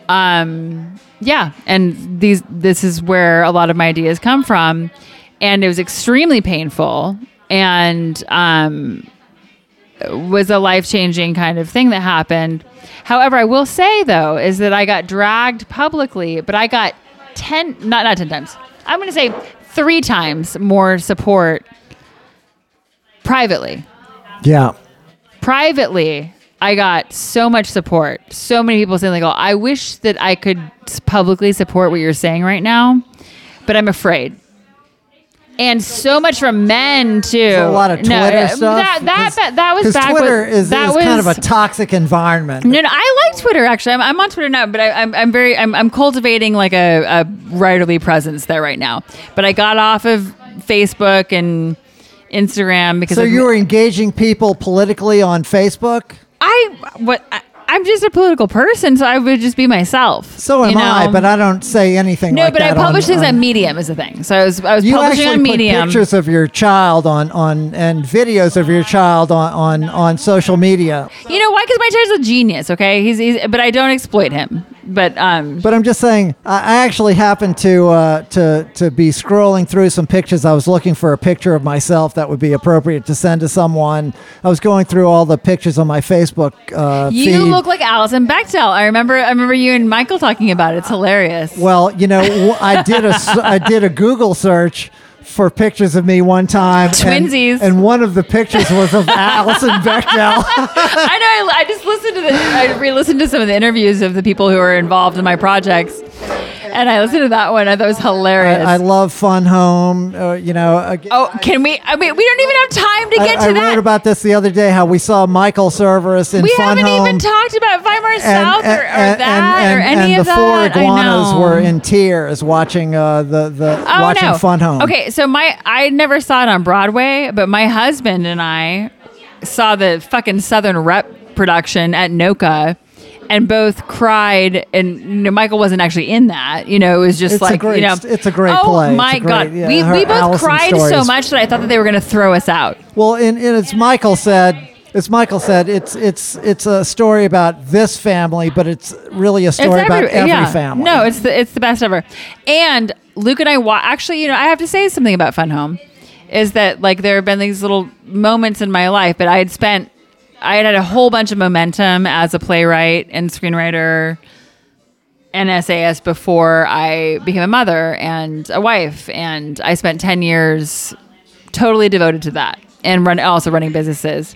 um yeah and these this is where a lot of my ideas come from and it was extremely painful and um was a life-changing kind of thing that happened however i will say though is that i got dragged publicly but i got 10 not not 10 times i'm going to say three times more support privately
yeah.
privately i got so much support so many people saying like oh i wish that i could s- publicly support what you're saying right now but i'm afraid and so much from men too.
a lot of Twitter
No, uh,
stuff.
That that, that, that was
Because
back
Twitter
when,
is,
that
is
was,
kind of a toxic environment.
no, no, I like Twitter actually. I'm, I'm on Twitter now, but I, I'm, I'm very I'm, I'm cultivating like a, a writerly presence there right now. But I got off of Facebook and Instagram because
So
of-
you were engaging people politically on Facebook?
I what I,
I'm just a political person, so I would just be myself.
So am
you know?
I, but I don't say anything.
No,
like
but I
that on-
published things
on-
on Medium is the thing. So I was I was
You
publishing
actually
on
put
Medium.
pictures of your child on, on and videos of your child on, on, on social media.
You know why? Because my child's a genius. Okay, he's, he's but I don't exploit him. But um,
But I'm just saying, I I actually happened to uh, to to be scrolling through some pictures. I was looking for a picture of myself that would be appropriate to send to someone. I was going through all the pictures on my Facebook uh,
you
feed.
look like Alison Bechtel. I remember I remember you and Michael talking about it. It's hilarious.
well, you know, w- I did a s- I did a Google search for pictures of me one time. and-
Twinsies.
And, one of the pictures was of Alison Bechdel.
I know. I, I just listened to the. I re-listened to some of the interviews of the people who are involved in my projects, and I listened to that one. I thought it was hilarious.
I love Fun Home. Uh, you know, again,
oh, can we? I mean, we don't even have time to get
I,
to
I
that.
wrote about this the other day. How we saw Michael Cerverus in
we
Fun
haven't
Home.
even talked about Weimar South or, or that or
and-
any
and
of
the
that.
four
I
iguanas
know.
were in tears watching uh, the the
Oh,
watching
no.
Fun Home.
Okay, so my I never saw it on Broadway, but my husband and I saw the fucking Southern Rep production at Noka. And both cried, and you know, Michael wasn't actually in that. You know, it was just
It's a
like
great-
you know,
it's a great
oh
play. It's
my
a great-
god,
yeah,
we,
her
we both
Allison
cried
story
so
is-
much that I thought that they were going to throw us out.
Well, and, and it's Michael said. It's Michael said it's it's it's a story about this family, but it's really a story about every family.
No, it's the it's the best ever. And Luke and I wa- actually, you know, I have to say something about Fun Home is that like there have been these little moments in my life, but I had spent I had had a whole bunch of momentum as a playwright and screenwriter and SAS before I became a mother and a wife and I spent 10 years totally devoted to that and run also running businesses.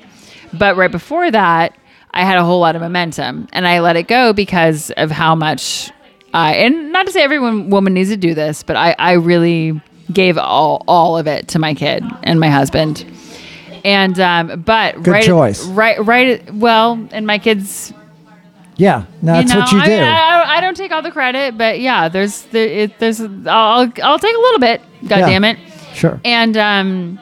But right before that, I had a whole lot of momentum and I let it go because of how much I and not to say every one- woman needs to do this, but I, I really gave all all of it to my kid and my husband. And um, but
Good
right
choice.
right right well and my kids
yeah, no, that's
know,
what you
I,
do.
I, I- I don't take all the credit, but yeah, there's the, it, there's I'll I'll- I'll take a little bit. God
Yeah.
damn it.
sure.
And um,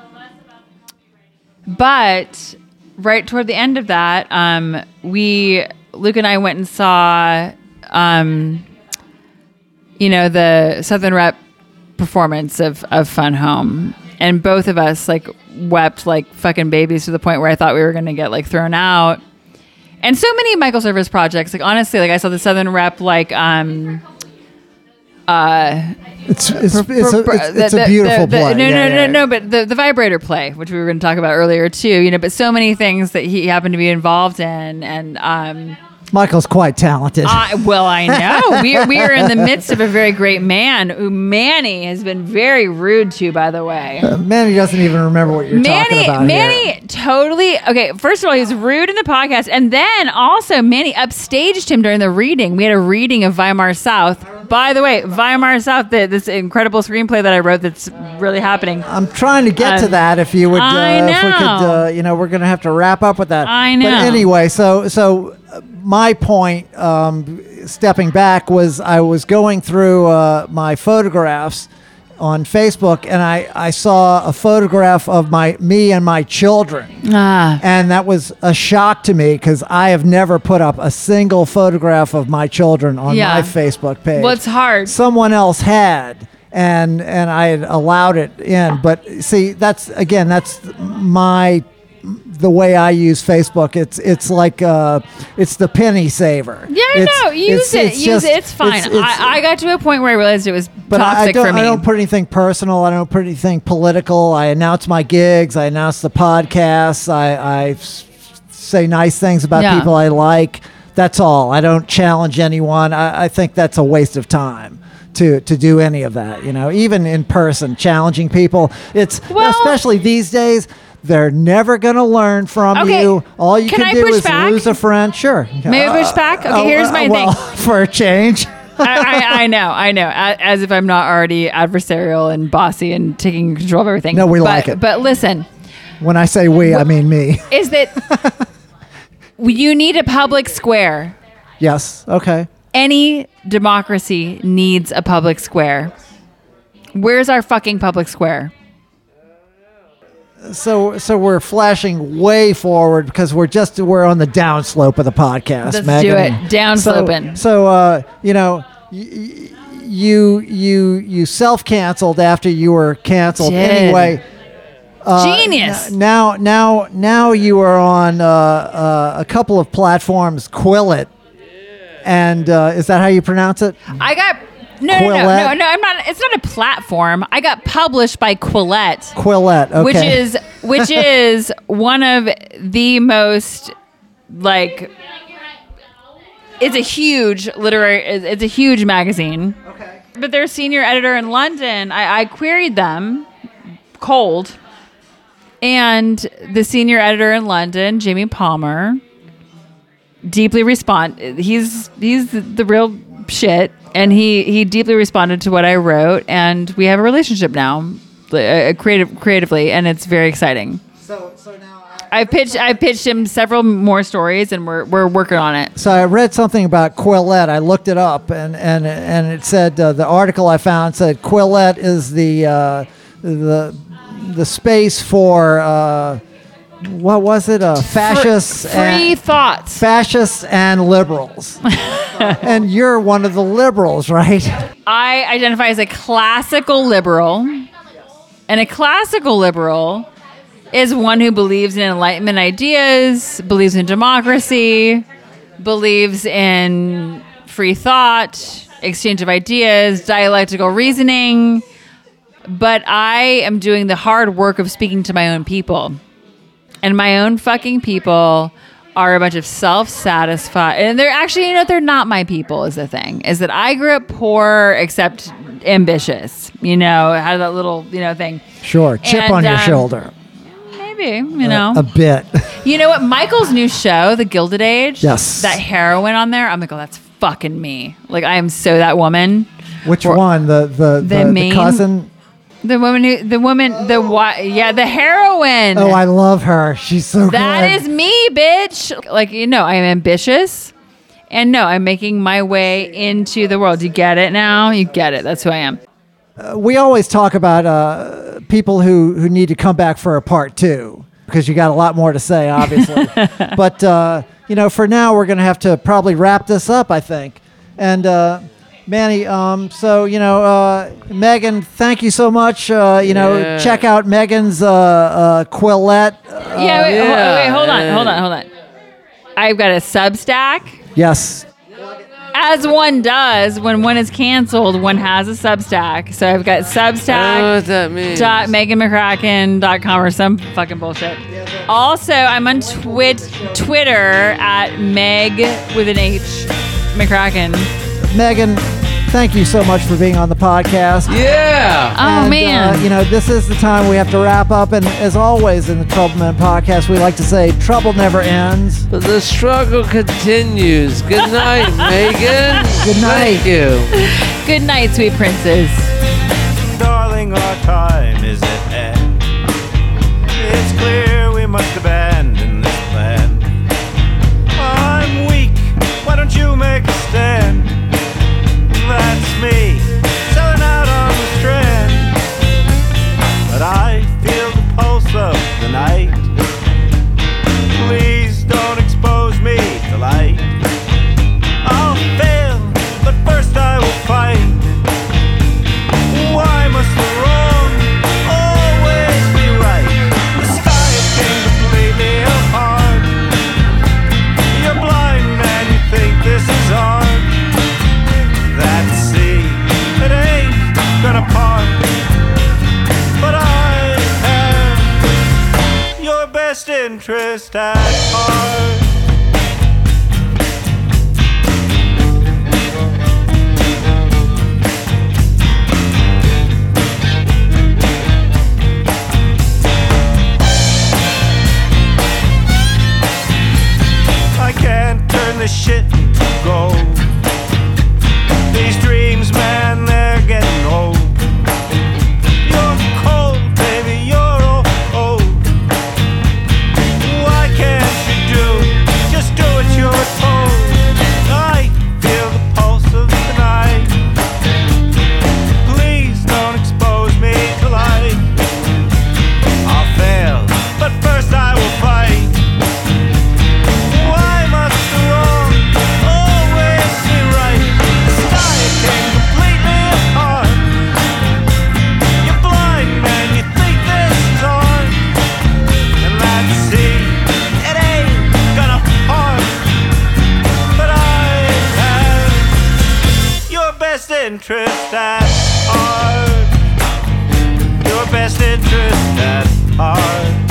but right toward the end of that, um, we Luke and I went and saw, um, you know, the Southern Rep performance of of Fun Home, and both of us like wept like fucking babies to the point where I thought we were gonna get like thrown out. And so many of Michael Server's projects, like honestly, like I saw the Southern Rep, like um,
It's it's, it's,
for-
a,
for-
it's, it's
the-
a
the-
beautiful
the- the-
play.
No,
Yeah,
no,
yeah,
no,
yeah.
no. But the, the vibrator play, which we were going to talk about earlier too, you know. But so many things that he happened to be involved in, and um,
Michael's quite talented.
I, well, I know we are, we are in the midst of a very great man who Manny has been very rude to, by the way.
Manny doesn't even remember what you're talking
Manny,
about. here.
Manny totally okay. First of all, he was rude in the podcast, and then also Manny upstaged him during the reading. We had a reading of Weimar South. By the way, Weimar South, the, this incredible screenplay that I wrote that's really happening.
I'm trying to get to
Um,
that. If you would, uh,
I
if we could,
know.
uh, you know, we're going to have to wrap up with that.
I
But
know.
anyway, so so uh, my point, um, stepping back, was I was going through uh, my photographs on Facebook, and I I saw a photograph of my me and my children.
Ah,
And that was a shock to me because I have never put up a single photograph of my children on
Yeah.
my Facebook page.
Well, it's hard.
Someone else had, and and I had allowed it in. But see, that's again, that's my the way I use Facebook. It's it's like uh, it's the penny saver.
Yeah, I
It's-
know.
it's-
Use it.
it's
Use
just-
it. It's fine.
it's- it's-
I, I got to a point where I realized it was
but I- I
toxic
don't,
for me.
I don't put anything personal. I don't put anything political. I announce my gigs. I announce the podcasts. I, I s- say nice things about
Yeah.
people I like. That's all. I don't challenge anyone. I, I think that's a waste of time to to do any of that. You know, even in person, challenging people. It's
Well-
especially these days. They're never going to learn from
Okay.
you. All you
Can
can,
I
do
push
is
back?
lose a friend. Sure. oh,
May I push back? Okay, here's my
uh, well,
thing.
for a change.
I, I, I know, I know. As, as if I'm not already adversarial and bossy and taking control of everything.
No, we
But-
like it.
But listen,
When I say we, I mean me.
is that you need a public square.
Yes. Okay.
Any democracy needs a public square. Where's our fucking public square?
so so we're flashing way forward because we're just we're on the downslope of the podcast.
Let's
Megan.
do it. Downsloping.
So, so uh, you know, y- y- you you you self canceled after you were canceled
Did.
anyway. Uh,
Genius.
N- now now now you are on uh, uh, a couple of platforms. Quillet, and uh, is that how you pronounce it?
I got no, no, no,
Quillette.
no, no. I'm not. It's not a platform. I got published by Quillette,
Quillet. Okay.
which is which is one of the most like. It's a huge literary. it's- It's a huge magazine. Okay. But their senior editor in London, I, I queried them cold, and the senior editor in London, Jimmy Palmer, deeply respond he's he's the real shit and he he deeply responded to what i wrote and we have a relationship now uh, creative creatively and it's very exciting
so so now.
i pitched i pitched him several more stories and we're we're working on it
So I read something about Quillette. I looked it up, and and and it said uh, the article I found said Quillette is the uh, the the space for uh, what was it? Uh, fascists
free
and
thoughts
fascists and liberals. and you're one of the liberals, right?
i identify as a classical liberal and a classical liberal is one who believes in enlightenment ideas believes in democracy believes in free thought, exchange of ideas, dialectical reasoning. But I am doing the hard work of speaking to my own people. And my own fucking people are a bunch of self satisfied. And they're actually, you know, they're not my people, is the thing, is that I grew up poor except ambitious, you know, had that little, you know, thing.
Sure, chip
And,
on your
um,
shoulder
Maybe, you know.
a bit.
You know what? Michael's new show, The Gilded Age.
Yes.
That heroin on there. I'm like, oh, that's fucking me. Like, I am so that woman.
Which one? The the the, the
main-
cousin?
The woman who, the woman, the why, yeah, the heroin.
Oh, I love her. She's so
That
good.
is me, bitch. Like, you know, I am ambitious. And no, I'm making my way into the world. You get it now? You get it. That's who I am.
we always talk about uh, people who, who need to come back for a part two because you got a lot more to say, obviously. but uh, you know, for now, we're going to have to probably wrap this up, I think. And uh, Manny, um, so you know, uh, Megan, thank you so much. Uh, you know,
Yeah.
check out Megan's uh, uh, Quillette. Uh,
yeah, wait, ho-
yeah.
wait, hold on, hold on, hold on. I've got a Substack.
yes,
as one does when one is canceled, one has a Substack. So I've got
I don't know what
Substack.
that means.
Dot meganmcracken.com or some fucking bullshit. Also, I'm on twit- Twitter at Meg with an H McCracken.
Megan, thank you so much for being on the podcast.
Yeah.
Oh
And,
man.
uh, you know, this is the time we have to wrap up. And as always in the Trouble Men podcast, we like to say trouble never ends.
But the struggle continues. Good night, Megan.
Good night.
Thank you.
Good night, sweet princes.
Darling, our time is at hand. It's clear we must abandon this plan. I'm weak, why don't you make a stand? That's me, selling out on the strand. But I feel the pulse of the night. Please don't expose me to light. I'll fail, but first I will fight. Why must the wrong always be right? The sky came completely apart. You're blind man, you think this is art. That sea, it ain't gonna part. But I have your best interest at heart. I can't turn this shit into gold. These dreams, man, they're getting old. You're cold, baby, you're o- old. Why can't interest at heart. Your best interest at heart.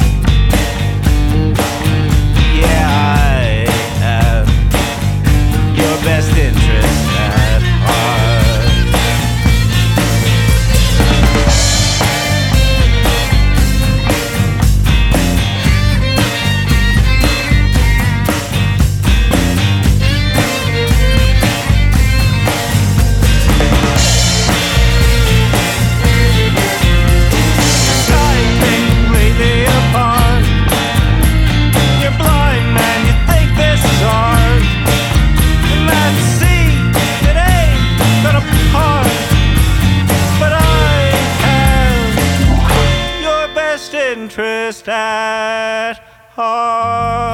Yeah, I have your best interest at heart. interest at heart